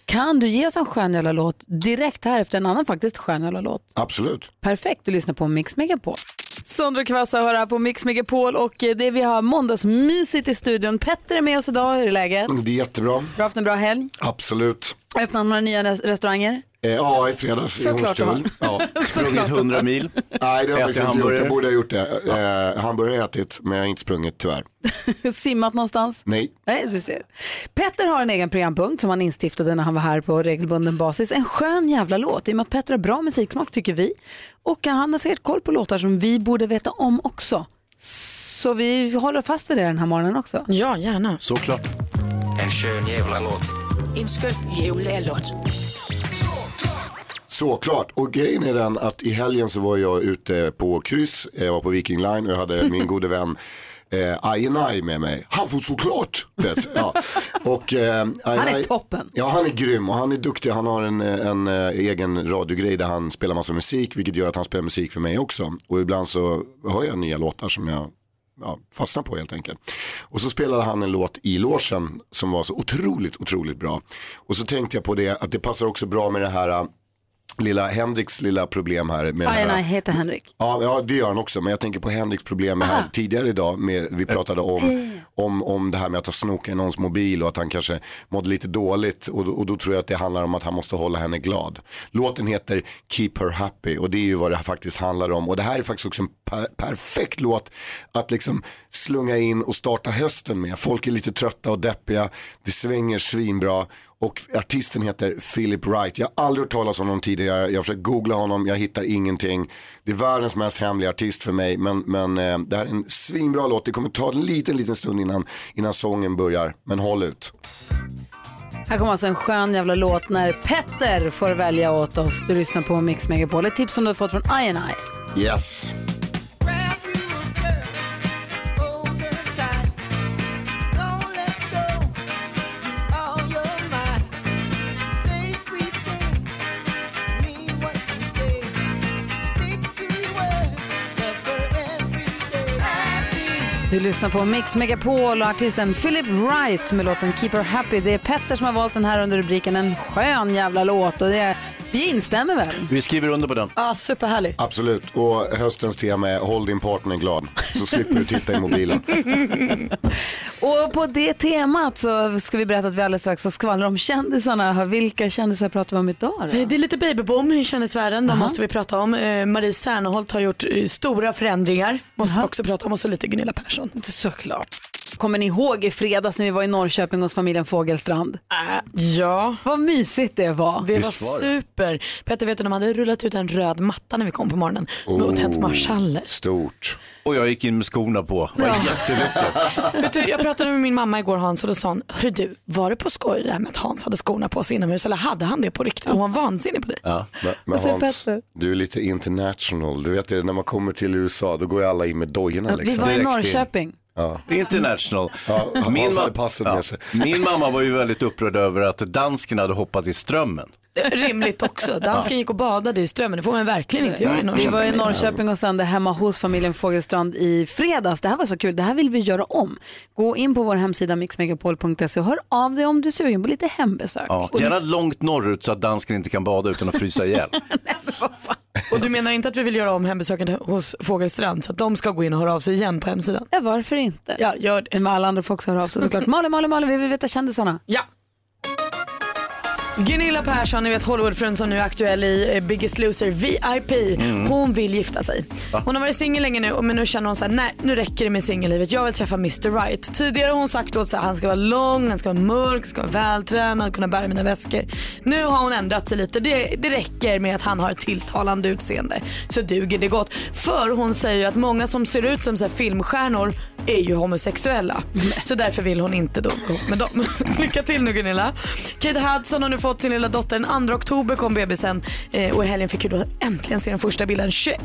S1: Kan du ge oss en skön jävla låt direkt här efter en annan faktiskt skön jävla låt?
S16: Absolut.
S1: Perfekt, du lyssnar på Mix Megapol. Sandra Kvassa hör här på Mix Megapol och eh, det vi har måndagsmysigt i studion. Petter är med oss idag, hur är läget?
S16: Mm, Det är jättebra.
S1: Du har haft en bra helg?
S16: Absolut.
S1: Har Öppnat några nya res- restauranger?
S16: Eh, ja, i fredags i
S1: Såklart det var.
S16: Hornstull. Ja.
S1: Såklart det var. 100
S3: mil.
S16: Nej, det har jag
S3: Ätit
S16: faktiskt inte gjort.
S3: hamburgare.
S16: Jag borde ha gjort det. Eh, hamburgare har jag ätit, men jag har inte sprungit tyvärr.
S1: [laughs] Simmat någonstans?
S16: Nej.
S1: Nej, du ser. Petter har en egen programpunkt som han instiftade när han var här på regelbunden basis. En skön jävla låt. I och med att Petter har bra musiksmak tycker vi. Och han har säkert koll på låtar som vi borde veta om också. Så vi håller fast vid det den här morgonen också.
S2: Ja, gärna.
S3: Såklart.
S18: En skön jävla låt.
S2: En skön jävla låt.
S16: Såklart, och grejen är den att i helgen så var jag ute på kryss, jag var på Viking Line och jag hade min gode vän eh, Ajenaj med mig. Han får såklart! Vet, ja. och, eh, Ajenaj-
S1: toppen.
S16: Ja, han är grym och han är duktig. Han har en, eh, en eh, egen radiogrej där han spelar massa musik, vilket gör att han spelar musik för mig också. Och ibland så hör jag nya låtar som jag ja, fastnar på helt enkelt. Och så spelade han en låt i låsen som var så otroligt, otroligt bra. Och så tänkte jag på det, att det passar också bra med det här eh, lilla Henriks lilla problem här. Med den
S1: Ajen
S16: här,
S1: Aj heter Henrik.
S16: Ja, ja, det gör han också. Men jag tänker på Henriks problem med här
S1: Aha.
S16: tidigare idag. Med, vi pratade om, om, om det här med att ha snokat i någons mobil och att han kanske mådde lite dåligt. Och, då- och då tror jag att det handlar om att han måste hålla henne glad. Låten heter Keep Her Happy och det är ju vad det här faktiskt handlar om. Och det här är faktiskt också en per- perfekt låt att liksom slunga in och starta hösten med. Folk är lite trötta och deppiga. Det svänger svinbra. Och artisten heter Philip Wright. Jag har aldrig hört talas om honom tidigare. Jag har försökt googla honom, jag hittar ingenting. Det är världens mest hemliga artist för mig. Men, men eh, det här är en svinbra låt. Det kommer ta en liten, liten stund innan, innan sången börjar. Men håll ut.
S1: Här kommer alltså en skön jävla låt när Petter får välja åt oss. Du lyssnar på Mix Megapol. Ett tips som du har fått från Ajen Aj.
S16: Yes.
S1: Du lyssnar på Mix Megapol och artisten Philip Wright med låten Keep Her Happy. Det är Petter som har valt den här under rubriken En skön jävla låt och det är, vi instämmer väl?
S3: Vi skriver under på den.
S2: Ja, superhärligt.
S16: Absolut. Och höstens tema är håll din partner glad. Så slipper du titta i mobilen.
S1: Och på det temat så ska vi berätta att vi alldeles strax ska skvallra om kändisarna. Vilka kändisar pratar vi om idag då?
S2: Eh, Det är lite babyboom i kändisvärlden, de måste vi prata om. Eh, Marie Serneholt har gjort eh, stora förändringar, måste vi också prata om. Och så lite Gunilla Persson.
S1: Såklart. Kommer ni ihåg i fredags när vi var i Norrköping hos familjen Fågelstrand?
S2: Eh, ja.
S1: Vad mysigt det var.
S2: Det var super. Petter vet du, de hade rullat ut en röd matta när vi kom på morgonen med och tänt marschaller.
S16: Oh, Stort.
S3: Och jag gick in med skorna på. Det var jätteläckert.
S2: Vet du, jag pratade med min mamma igår Hans och då sa hon, hörru du, var det på skoj det här med att Hans hade skorna på sig inomhus eller hade han det på riktigt? Hon var vansinnig på dig.
S16: Ja. Men, men
S2: Vad
S1: Alltså,
S2: säger
S16: Hans,
S2: Petter?
S16: du är lite international. Du vet, det, när man kommer till USA då går ju alla in med dojorna. Liksom.
S1: Vi var i
S16: Direkt in.
S1: Norrköping.
S16: Ja.
S3: International.
S16: Hans hade
S3: ma-
S16: passet med sig.
S3: Min mamma var ju väldigt upprörd över att dansken hade hoppat i strömmen.
S2: Eh, Rimligt också. Dansken gick och badade i Strömmen. Det får man verkligen inte göra i
S1: Vi
S2: Norrköping.
S1: var i Norrköping och sände hemma hos familjen Fogelstrand i fredags. Det här var så kul. Det här vill vi göra om. Gå in på vår hemsida mixmegapol.se och hör av dig om du är sugen på lite hembesök.
S3: Ja,
S1: Och-
S3: gärna långt norrut så att dansken inte kan bada utan att frysa
S16: [laughs]
S3: ihjäl.
S2: Och du menar inte att vi vill göra om hembesöket hos Fågelstrand så att de ska gå in och höra av sig igen på hemsidan?
S1: Ja, varför inte?
S2: Ja, gör det.
S1: Med alla andra folk som hör av
S2: [laughs]
S1: sig såklart. Malin, Malin, Malin, vi vill veta kändisarna.
S2: Ja. Gunilla Persson, ni vet Hollywoodfrun som nu är aktuell i eh, Biggest Loser VIP.
S4: Mm.
S2: Hon vill gifta sig.
S4: Va?
S2: Hon har varit singel länge nu men nu känner hon så här, nej nu räcker det med singellivet. Jag vill träffa Mr Right. Tidigare har hon sagt åt sig att han ska vara lång, han ska vara mörk, ska vara vältränad, kunna bära mina väskor. Nu har hon ändrat sig lite. Det, det räcker med att han har ett tilltalande utseende så duger det gott. För hon säger ju att många som ser ut som så här alltså, filmstjärnor är ju homosexuella. Så därför vill hon inte då vara ihop med dem. [laughs] Lycka till nu Gunilla. Kate Hudson har nu fått sin lilla dotter. Den 2 oktober kom bebisen eh, och i helgen fick ju då äntligen se den första bilden. 21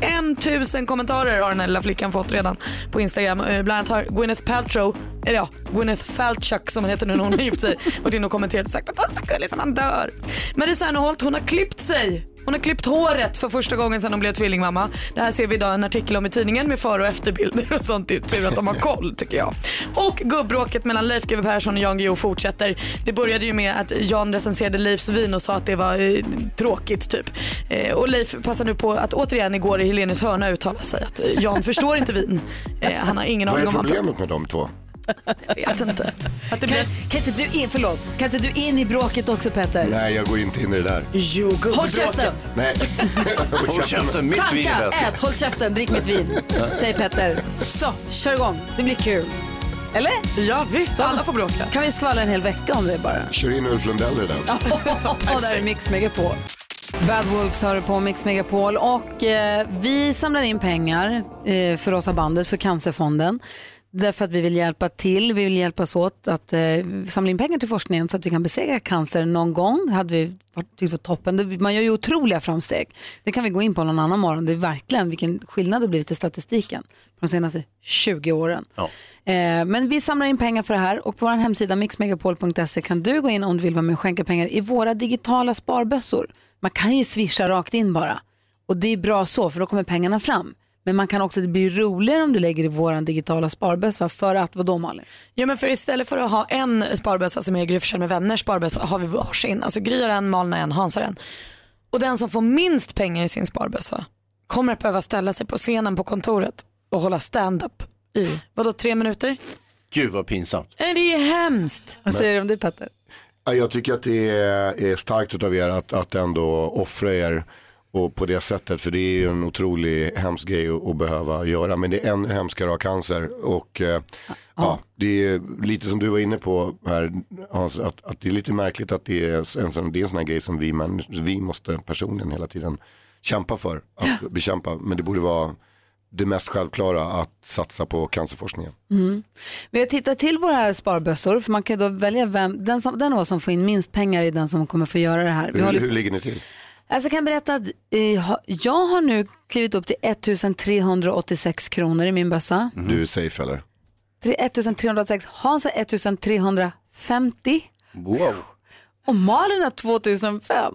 S2: 000 kommentarer har den här lilla flickan fått redan på Instagram. Eh, Bland annat har Gwyneth Paltrow, eller ja, Gwyneth Falchuk som hon heter nu när hon har gift sig, [laughs] varit inne och kommenterat och sagt att han är så gullig som han dör. Marie Serneholt, hon har klippt sig. Hon har klippt håret för första gången sedan hon blev tvillingmamma. Det här ser vi idag i en artikel om i tidningen med före och efterbilder och sånt. Det är tur att de har koll tycker jag. Och gubbråket mellan Leif GW Persson och Jan Guillou fortsätter. Det började ju med att Jan recenserade Leifs vin och sa att det var eh, tråkigt typ. Eh, och Leif passar nu på att återigen igår i Helenius hörna uttala sig att eh, Jan förstår inte vin. Eh, han har ingen
S16: Vad
S2: aning
S16: är
S2: om vad han pratar om.
S16: problemet med de två?
S2: Jag vet inte. Att det
S1: kan, kan inte du in, förlåt, kan inte du in i bråket också Petter?
S16: Nej, jag går inte in i det där.
S2: Jo,
S1: Håll käften!
S16: Nej.
S1: Håll
S16: käften,
S1: Tanka, ät, håll käften, drick mitt vin. Säger Petter. Så, kör igång. Det blir kul. Eller?
S2: Ja, visst. Alla får bråka.
S1: Kan vi skvallra en hel vecka om det bara?
S16: Kör in Ulf Lundell i det där också.
S1: Och där är Mix Megapol. Bad Wolves hör du på Mix Megapol och eh, vi samlar in pengar eh, för oss av bandet, för Cancerfonden. Därför att vi vill hjälpa till, vi vill hjälpas åt att eh, samla in pengar till forskningen så att vi kan besegra cancer någon gång. Det hade vi varit tyckt var toppen. Det- Man gör ju otroliga framsteg. Det kan vi gå in på någon annan morgon. Det är verkligen vilken skillnad det blivit i statistiken de senaste 20 åren. Eh, Men vi samlar in pengar för det här och på vår hemsida mixmegapol.se kan du gå in om du vill vara med och skänka pengar i våra digitala sparbössor. Man kan ju swisha rakt in bara och det är bra så för då kommer pengarna fram. Men man kan också, det blir roligare om du lägger i vår digitala sparbössa för att, vadå Malin?
S2: Ja men för istället för att ha en sparbössa som är Gry Forssell med vänner sparbössa har vi varsin. Alltså Gry har en, Malin har en, Hans har en. Och den som får minst pengar i sin sparbössa kommer att behöva ställa sig på scenen på kontoret och hålla stand-up i, vadå tre minuter?
S3: Gud vad pinsamt.
S2: Nej det är hemskt.
S1: Vad säger du om det Petter?
S16: Ja, Jag tycker att det är är starkt av er att, att ändå offra er och på det sättet. För det är ju en otrolig hemsk grej att, att behöva göra. Men det är ännu hemskare att ha cancer. Och eh, ja, det är lite som du var inne på här Hans, att, att det är lite märkligt att det är en sån, det är en sån här grej som vi, män, vi måste personligen hela tiden kämpa för. Att bekämpa. Men det borde vara det mest självklara att satsa på cancerforskningen.
S1: Mm. Vi har tittat till våra sparbössor för man kan ju då välja vem, den, som, den av oss som får in minst pengar är den som kommer få göra det här. Vi
S16: Hur,
S1: håller-
S16: hur ligger ni till?
S1: Alltså jag kan berätta att eh, ha- jag har nu klivit upp till 1386 kronor i min bössa.
S16: Du är safe eller?
S1: Tre- 1386, Hans har 1350
S16: Wow.
S1: och Malin har [laughs] 2005.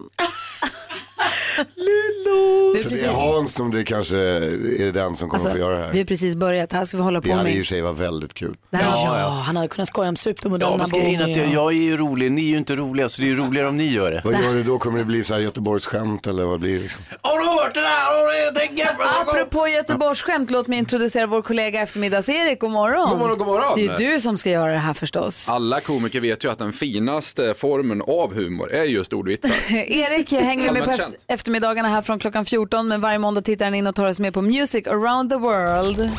S1: Lillo!
S16: Så det är Hans som det kanske är den som kommer
S1: Alltså,
S16: få göra det
S1: Vi har
S16: här.
S1: precis börjat, här ska vi hålla
S16: Det
S1: på
S16: hade
S1: med.
S16: i och för sig varit väldigt kul.
S1: Det här-
S2: Ja, han hade kunnat skoja om
S3: Ja,
S2: supermodellerna
S3: fast grejen är att jag, jag är ju rolig, ni är ju inte roliga så det är ju roligare om ni gör det.
S16: Vad gör du då? Kommer det bli så här Göteborgsskämt eller vad blir det? Liksom?
S3: Har du hört det där? Har du- jag tänker-
S1: Apropå Göteborgsskämt, låt mig introducera vår kollega eftermiddags-Erik. God morgon.
S19: God morgon, god morgon.
S1: Det är ju du som ska göra det här förstås.
S19: Alla komiker vet ju att den finaste formen av humor är
S4: [laughs]
S19: just ordvitsar.
S1: Erik jag hänger vi med på
S19: Allmänt
S1: efter- eftermiddagarna här från klockan 14 men varje måndag tittar han in och tar oss med på Music around the world.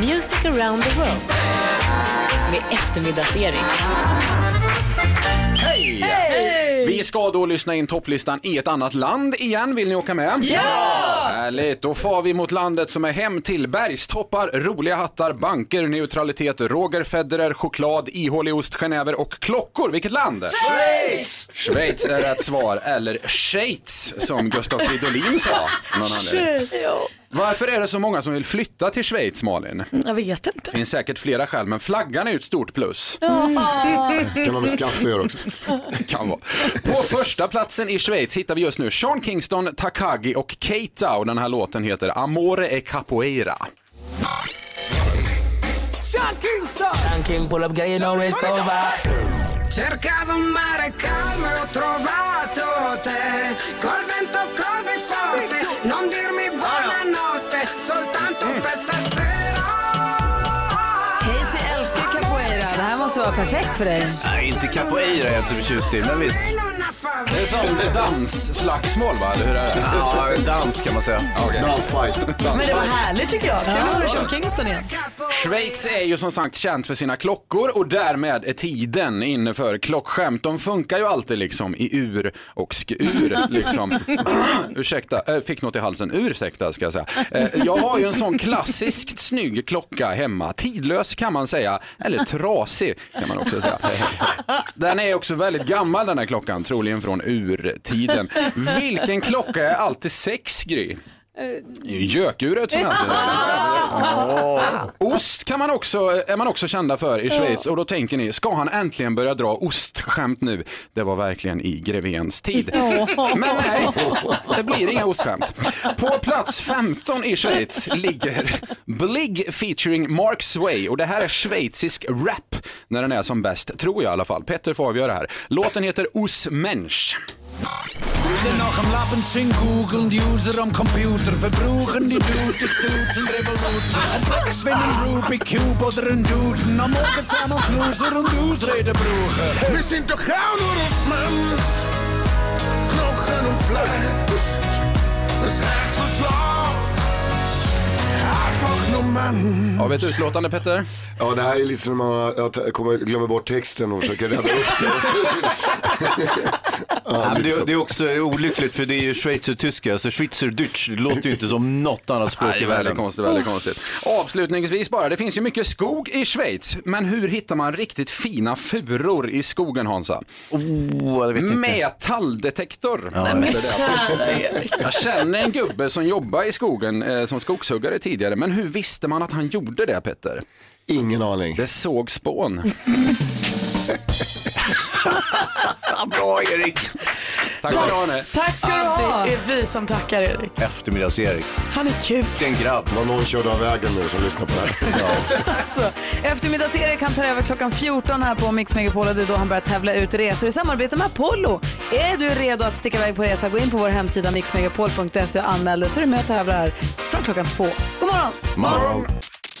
S20: Music around the world med eftermiddagsserien.
S19: Hej!
S20: Hej!
S19: Vi ska då lyssna in topplistan i ett annat land igen. Vill ni åka med?
S4: Ja!
S19: Härligt, då far vi mot landet som är hem till bergstoppar, roliga hattar, banker, neutralitet, Roger Federer, choklad, ihålig ost, genever och klockor. Vilket land?
S4: Schweiz!
S19: Schweiz är rätt svar, eller Schweiz som Gustav Fridolin sa. någon anledning.
S4: Schweiz.
S19: Varför är det så många som vill flytta till Schweiz, Malin?
S2: Jag vet inte.
S19: Det finns säkert flera skäl, men flaggan är ju ett stort plus.
S16: Kan ha med skatt att göra också.
S19: kan vara. På första platsen i Schweiz hittar vi just nu Sean Kingston, Takagi och Keita och den här låten heter Amore e Capoeira.
S4: Sean Kingston! Sean King, pull up gay, you know it's over. Cercavo un mare calmo e ho trovato te Col vento così forte Non dirmi
S19: Mm.
S4: buonanotte Soltanto per
S1: Casey älskar ju capoeira. Det här måste vara perfekt för dig.
S3: Nej, inte capoeira är jag inte förtjust i, men visst.
S19: Det är som dansslagsmål va, eller hur är det?
S3: Ja, dans kan man säga.
S16: Dansfight.
S2: Men det var härligt tycker jag. Kul att höra Sean Kingston igen.
S19: Schweiz är ju som sagt känt för sina klockor och därmed är tiden inne för klockskämt. De funkar ju alltid liksom i ur och skur.
S15: [laughs]
S19: Liksom. [clears throat] Ursäkta, eh, fick något i halsen. Ursäkta ska jag säga. Eh, Jag har ju en sån klassiskt snygg klocka hemma. Tidlös kan man säga, eller trasig kan man också säga. [laughs] Den är också väldigt gammal den här klockan, troligen från urtiden. Vilken klocka är alltid sex Gry? Det är ju Gökuret som alltid är Ost kan man också, eh, är man också kända för i Schweiz och då tänker ni, ska han äntligen börja dra ostskämt nu? Det var verkligen i Grevens tid. Men nej, det blir inga ostskämt. På plats 15 i Schweiz ligger Blig featuring Mark Sway och det här är schweizisk rap när den är som bäst, tror jag i alla fall. Petter får avgöra här. Låten heter Os Mensch.
S4: Bitte noch am Lappen sind googeln die User am Computer, verbrauchen die Dude Dutzend Revolution. Ein Max wie ein Rubik Cube oder ein Duden, am Morgen zusammen Fluser und Ausreden brauchen. Wir sind doch auch nur aus Mensch, Knochen und Fleisch, das Herz verschlägt. Einfach nur Mensch.
S19: Ja, vet du utlåtande Petter?
S16: Ja, det här är lite som när man jag kommer, glömmer bort texten och försöker rädda upp det.
S3: Ja, men det, är- det är också olyckligt för det är ju schweizertyska, så schweizerdeutsch låter ju inte som något annat språk
S19: Nej,
S3: i
S19: det är
S3: världen.
S19: väldigt konstigt,
S16: Oh.
S19: väldigt konstigt. Avslutningsvis bara, det finns ju mycket skog i Schweiz, men hur hittar man riktigt fina furor i skogen Hansa?
S3: Oh, det vet jag inte.
S19: Metalldetektor.
S3: Ja,
S19: Nej, men-
S3: det är
S19: jag känner en gubbe som jobbade i skogen eh, som skogshuggare tidigare, men hur visste man att han gjorde det Petter?
S16: Ingen aning.
S19: Det såg spån.
S3: Mm. Bra Erik!
S19: Tack ska du ha.
S2: Tack ska du ha. Det är vi som tackar Erik.
S3: Eftermiddags-Erik.
S2: Han är kul.
S3: Vilken grabb.
S16: Var någon körde av vägen nu som lyssnar på det här.
S1: Alltså, eftermiddags-Erik han tar över klockan 14 här på Mix Megapol och det är då han börjar tävla ut resor i samarbete med Apollo. Är du redo att sticka iväg på resa, gå in på vår hemsida mixmegapol.se och anmäl dig så är du med och tävlar från klockan två. God morgon!
S4: Morgon.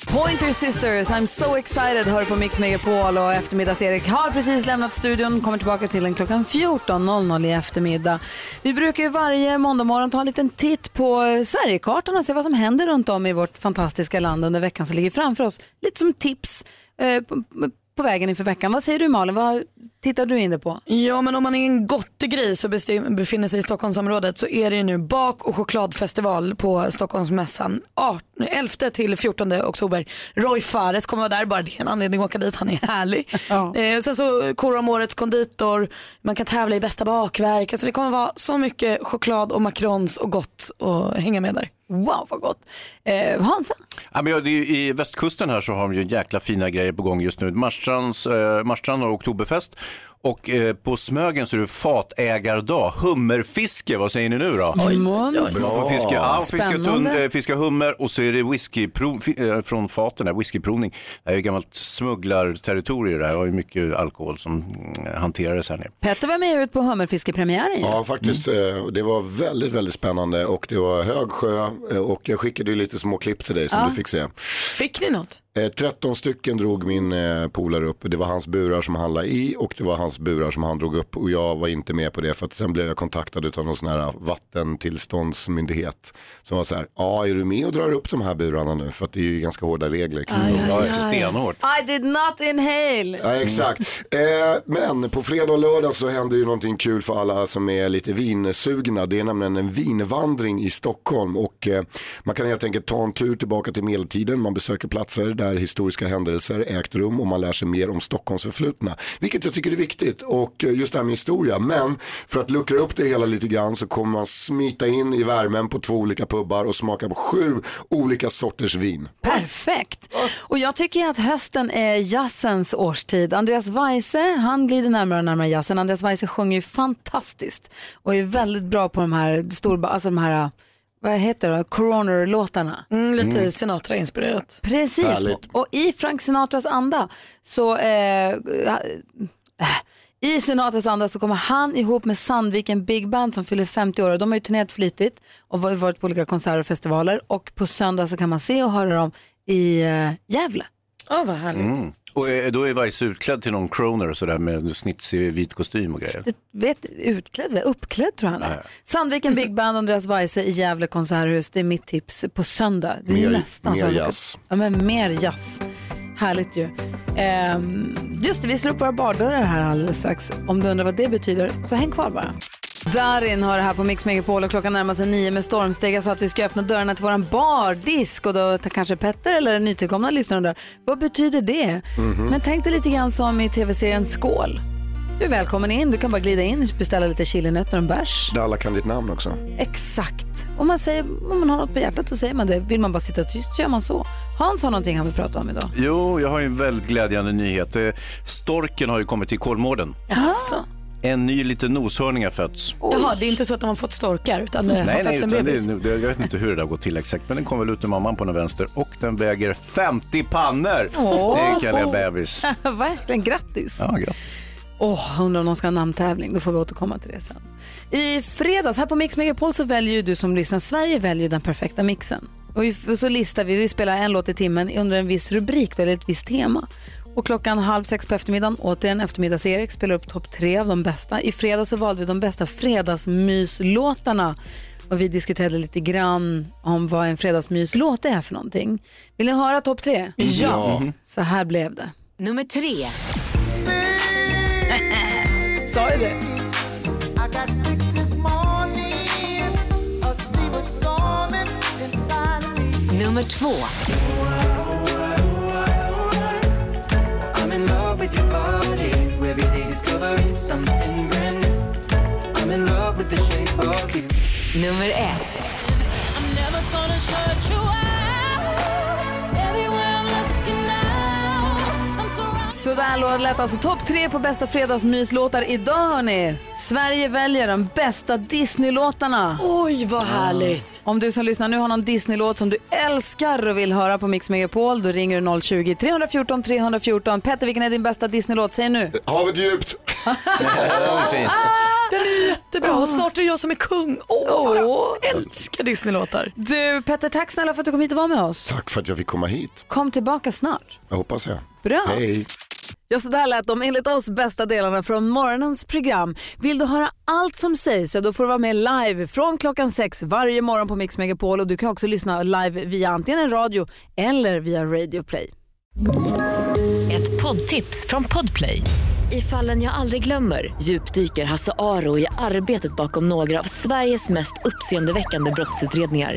S1: Pointer Sisters, I'm so excited, hör på Mix Megapol och eftermiddags-Erik har precis lämnat studion, kommer tillbaka till den klockan 14.00 i eftermiddag. Vi brukar ju varje måndag morgon ta en liten titt på eh, Sverigekartan och se vad som händer runt om i vårt fantastiska land under veckan som ligger framför oss. Lite som tips eh, på, på vägen inför veckan. Vad säger du Malin, vad tittar du in det på?
S2: Ja men om man är en gris och besti- befinner sig i Stockholmsområdet så är det ju nu bak och chokladfestival på Stockholmsmässan. 18, 11 till 14 oktober. Roy Fares kommer vara där, bara det är en anledning att åka dit, han är härlig. [laughs] Eh, sen så korar om årets konditor, man kan tävla i bästa bakverk. Alltså det kommer vara så mycket choklad och macarons och gott att hänga med där.
S1: Wow vad gott. Eh, Hansa?
S3: Ja, men ja, det är ju, I västkusten här så har de ju jäkla fina grejer på gång just nu. Marstrands, eh, Marstrand har oktoberfest och eh, på Smögen så är det fatägardag. Hummerfiske, vad säger ni nu då?
S1: Oj, Måns.
S3: Bra.
S1: Bra.
S3: Fiska, ja, fiska, tun,
S1: Spännande.
S3: eh, fiska hummer och så är det whiskyprov fi- eh, från faten, här, whiskyprovning. Det här är ju gammalt smugglarterritorium det här. Det var ju mycket alkohol som mm, hanterades här nere.
S1: Petter var med ut på hummerfiskepremiären ju.
S16: Ja, faktiskt. eh, Det var väldigt, väldigt spännande och det var hög sjö eh, och jag skickade ju lite små klipp till dig som
S1: Ja.
S16: du fick se.
S2: Fick ni något?
S16: Eh, 13 stycken drog min eh, polare upp. Det var hans burar som han la i och det var hans burar som han drog upp. Och jag var inte med på det för att sen blev jag kontaktad av någon sån här vattentillståndsmyndighet. Som var så här, ja är du med och drar upp de här burarna nu? För att det är ju ganska hårda regler. kring dem.
S1: I did not inhale.
S16: Ja, exakt. Eh, men på fredag och lördag så händer ju någonting kul för alla som är lite vinsugna. Det är nämligen en vinvandring i Stockholm och eh, man kan helt enkelt ta en tur tillbaka till medeltiden. Man besöker platser där där historiska händelser ägt rum och man lär sig mer om Stockholms förflutna. Vilket jag tycker är viktigt och eh, just det här med historia. Men för att luckra upp det hela lite grann så kommer man smita in i värmen på två olika pubbar och smaka på sju olika sorters vin.
S1: Perfekt. Och jag tycker ju att hösten är jazzens årstid. Andreas Weise, han glider närmare och närmare jazzen. Andreas Weise sjunger ju fantastiskt och är väldigt bra på de här stora, alltså de här, vad heter det, coroner-låtarna.
S2: Mm, lite Sinatra-inspirerat.
S1: Precis,
S2: Härligt.
S1: och i Frank Sinatras anda så eh, äh, i Sinatras anda så kommer han ihop med Sandviken Big Band som fyller 50 år och de har ju turnerat flitigt och var- varit på olika konserter och festivaler och på söndag så kan man se och höra dem i eh, Gävle.
S2: Ja, vad härligt.
S3: Mm. Och eh, då är Weiss utklädd till någon croner och sådär med snitsig vit kostym och grejer.
S1: Vet, utklädd, uppklädd tror jag han är. Sandviken Big Band, Andreas Weise i Gävle konserthus. Det är mitt tips på söndag. Det är
S16: Mer-
S1: nästan
S16: mer
S1: så jag har
S16: jazz.
S1: lyckats. Ja, men mer jazz. Härligt ju. Ehm, just det, vi slår upp våra bardörrar här alldeles strax. Om du undrar vad det betyder, så häng kvar bara. Darin har det här på Mix Megapol och klockan närmar sig nio med stormsteg. Jag sa att vi ska öppna dörrarna till våran bardisk och då tar kanske Petter eller den nytillkomna lyssnaren där. Vad betyder det?
S4: Mhm.
S1: Men tänk dig lite grann som i tv-serien Skål. Du är välkommen in, du kan bara glida in och beställa lite chilinötter och en bärs.
S16: Där alla kan ditt namn också.
S1: Exakt. Om man, säger, om man har något på hjärtat så säger man det. Vill man bara sitta tyst så gör man så. Hans har någonting han vill prata om idag.
S3: Jo, jag har ju en väldigt glädjande nyhet. Eh, Storken har ju kommit till Kolmården.
S2: Jaså?
S3: En ny liten noshörning har fötts.
S2: Jaha, det är inte så att de har fått storkar utan det har
S3: Nej, nej,
S2: fötts en
S3: utan det,
S2: bebis?
S3: är- det, jag vet inte hur det där går till exakt, men den kom väl ut ur mamman på den vänster och den väger 50 pannor.
S1: Åh.
S3: Det är en kallig bebis.
S1: [laughs] Verkligen, grattis.
S3: Ja, grattis.
S1: Åh, undrar om de ska ha namntävling. Då får vi återkomma till det sen. I fredags här på Mix Megapol så väljer ju du som lyssnar, Sverige väljer den perfekta mixen. Och i- och så listar vi, vi spelar en låt i timmen under en viss rubrik då, eller ett visst tema. Och klockan halv sex på eftermiddagen, återigen eftermiddags-Erik, spelar upp topp tre av de bästa. I fredags så valde vi de bästa fredagsmyslåtarna. Och vi diskuterade lite grann om vad en fredagsmyslåt är för någonting. Vill ni höra topp tre?
S4: Ja. Mhm.
S1: Så här blev det.
S12: Nummer tre.
S1: Sa ju det.
S4: I got sick this morning. A sea was storming inside of me.
S12: Nummer två.
S18: I'm in love with your body. Every day discovering something brand new. I'm in love with the shape of you.
S12: Nummer ett.
S1: Så där lå- lät alltså topp tre på bästa fredagsmyslåtar idag hörni. Sverige väljer de bästa Disney-låtarna.
S2: Oj, vad härligt.
S1: Om du som lyssnar nu har någon Disney-låt som du älskar och vill höra på Mix Megapol, då ringer du 020 314 314. Petter, vilken är din bästa Disney-låt? Säg nu.
S16: Havet djupt.
S2: Den är jättebra och snart är det jag som är kung. Åh, vad jag älskar Disneylåtar.
S1: Du, Petter, tack snälla för att du kom hit och var med oss.
S16: Tack för att jag fick komma hit.
S1: Kom tillbaka snart.
S16: Jag hoppas jag.
S1: Bra.
S16: Hej.
S1: Ja, så där lät de enligt oss bästa delarna från morgonens program. Vill du höra allt som sägs så då får du vara med live från klockan sex varje morgon på Mix Megapol och du kan också lyssna live via antingen en radio eller via Radio Play.
S21: Ett poddtips från Podplay. I fallen jag aldrig glömmer djupdyker Hasse Aro i arbetet bakom några av Sveriges mest uppseendeväckande brottsutredningar.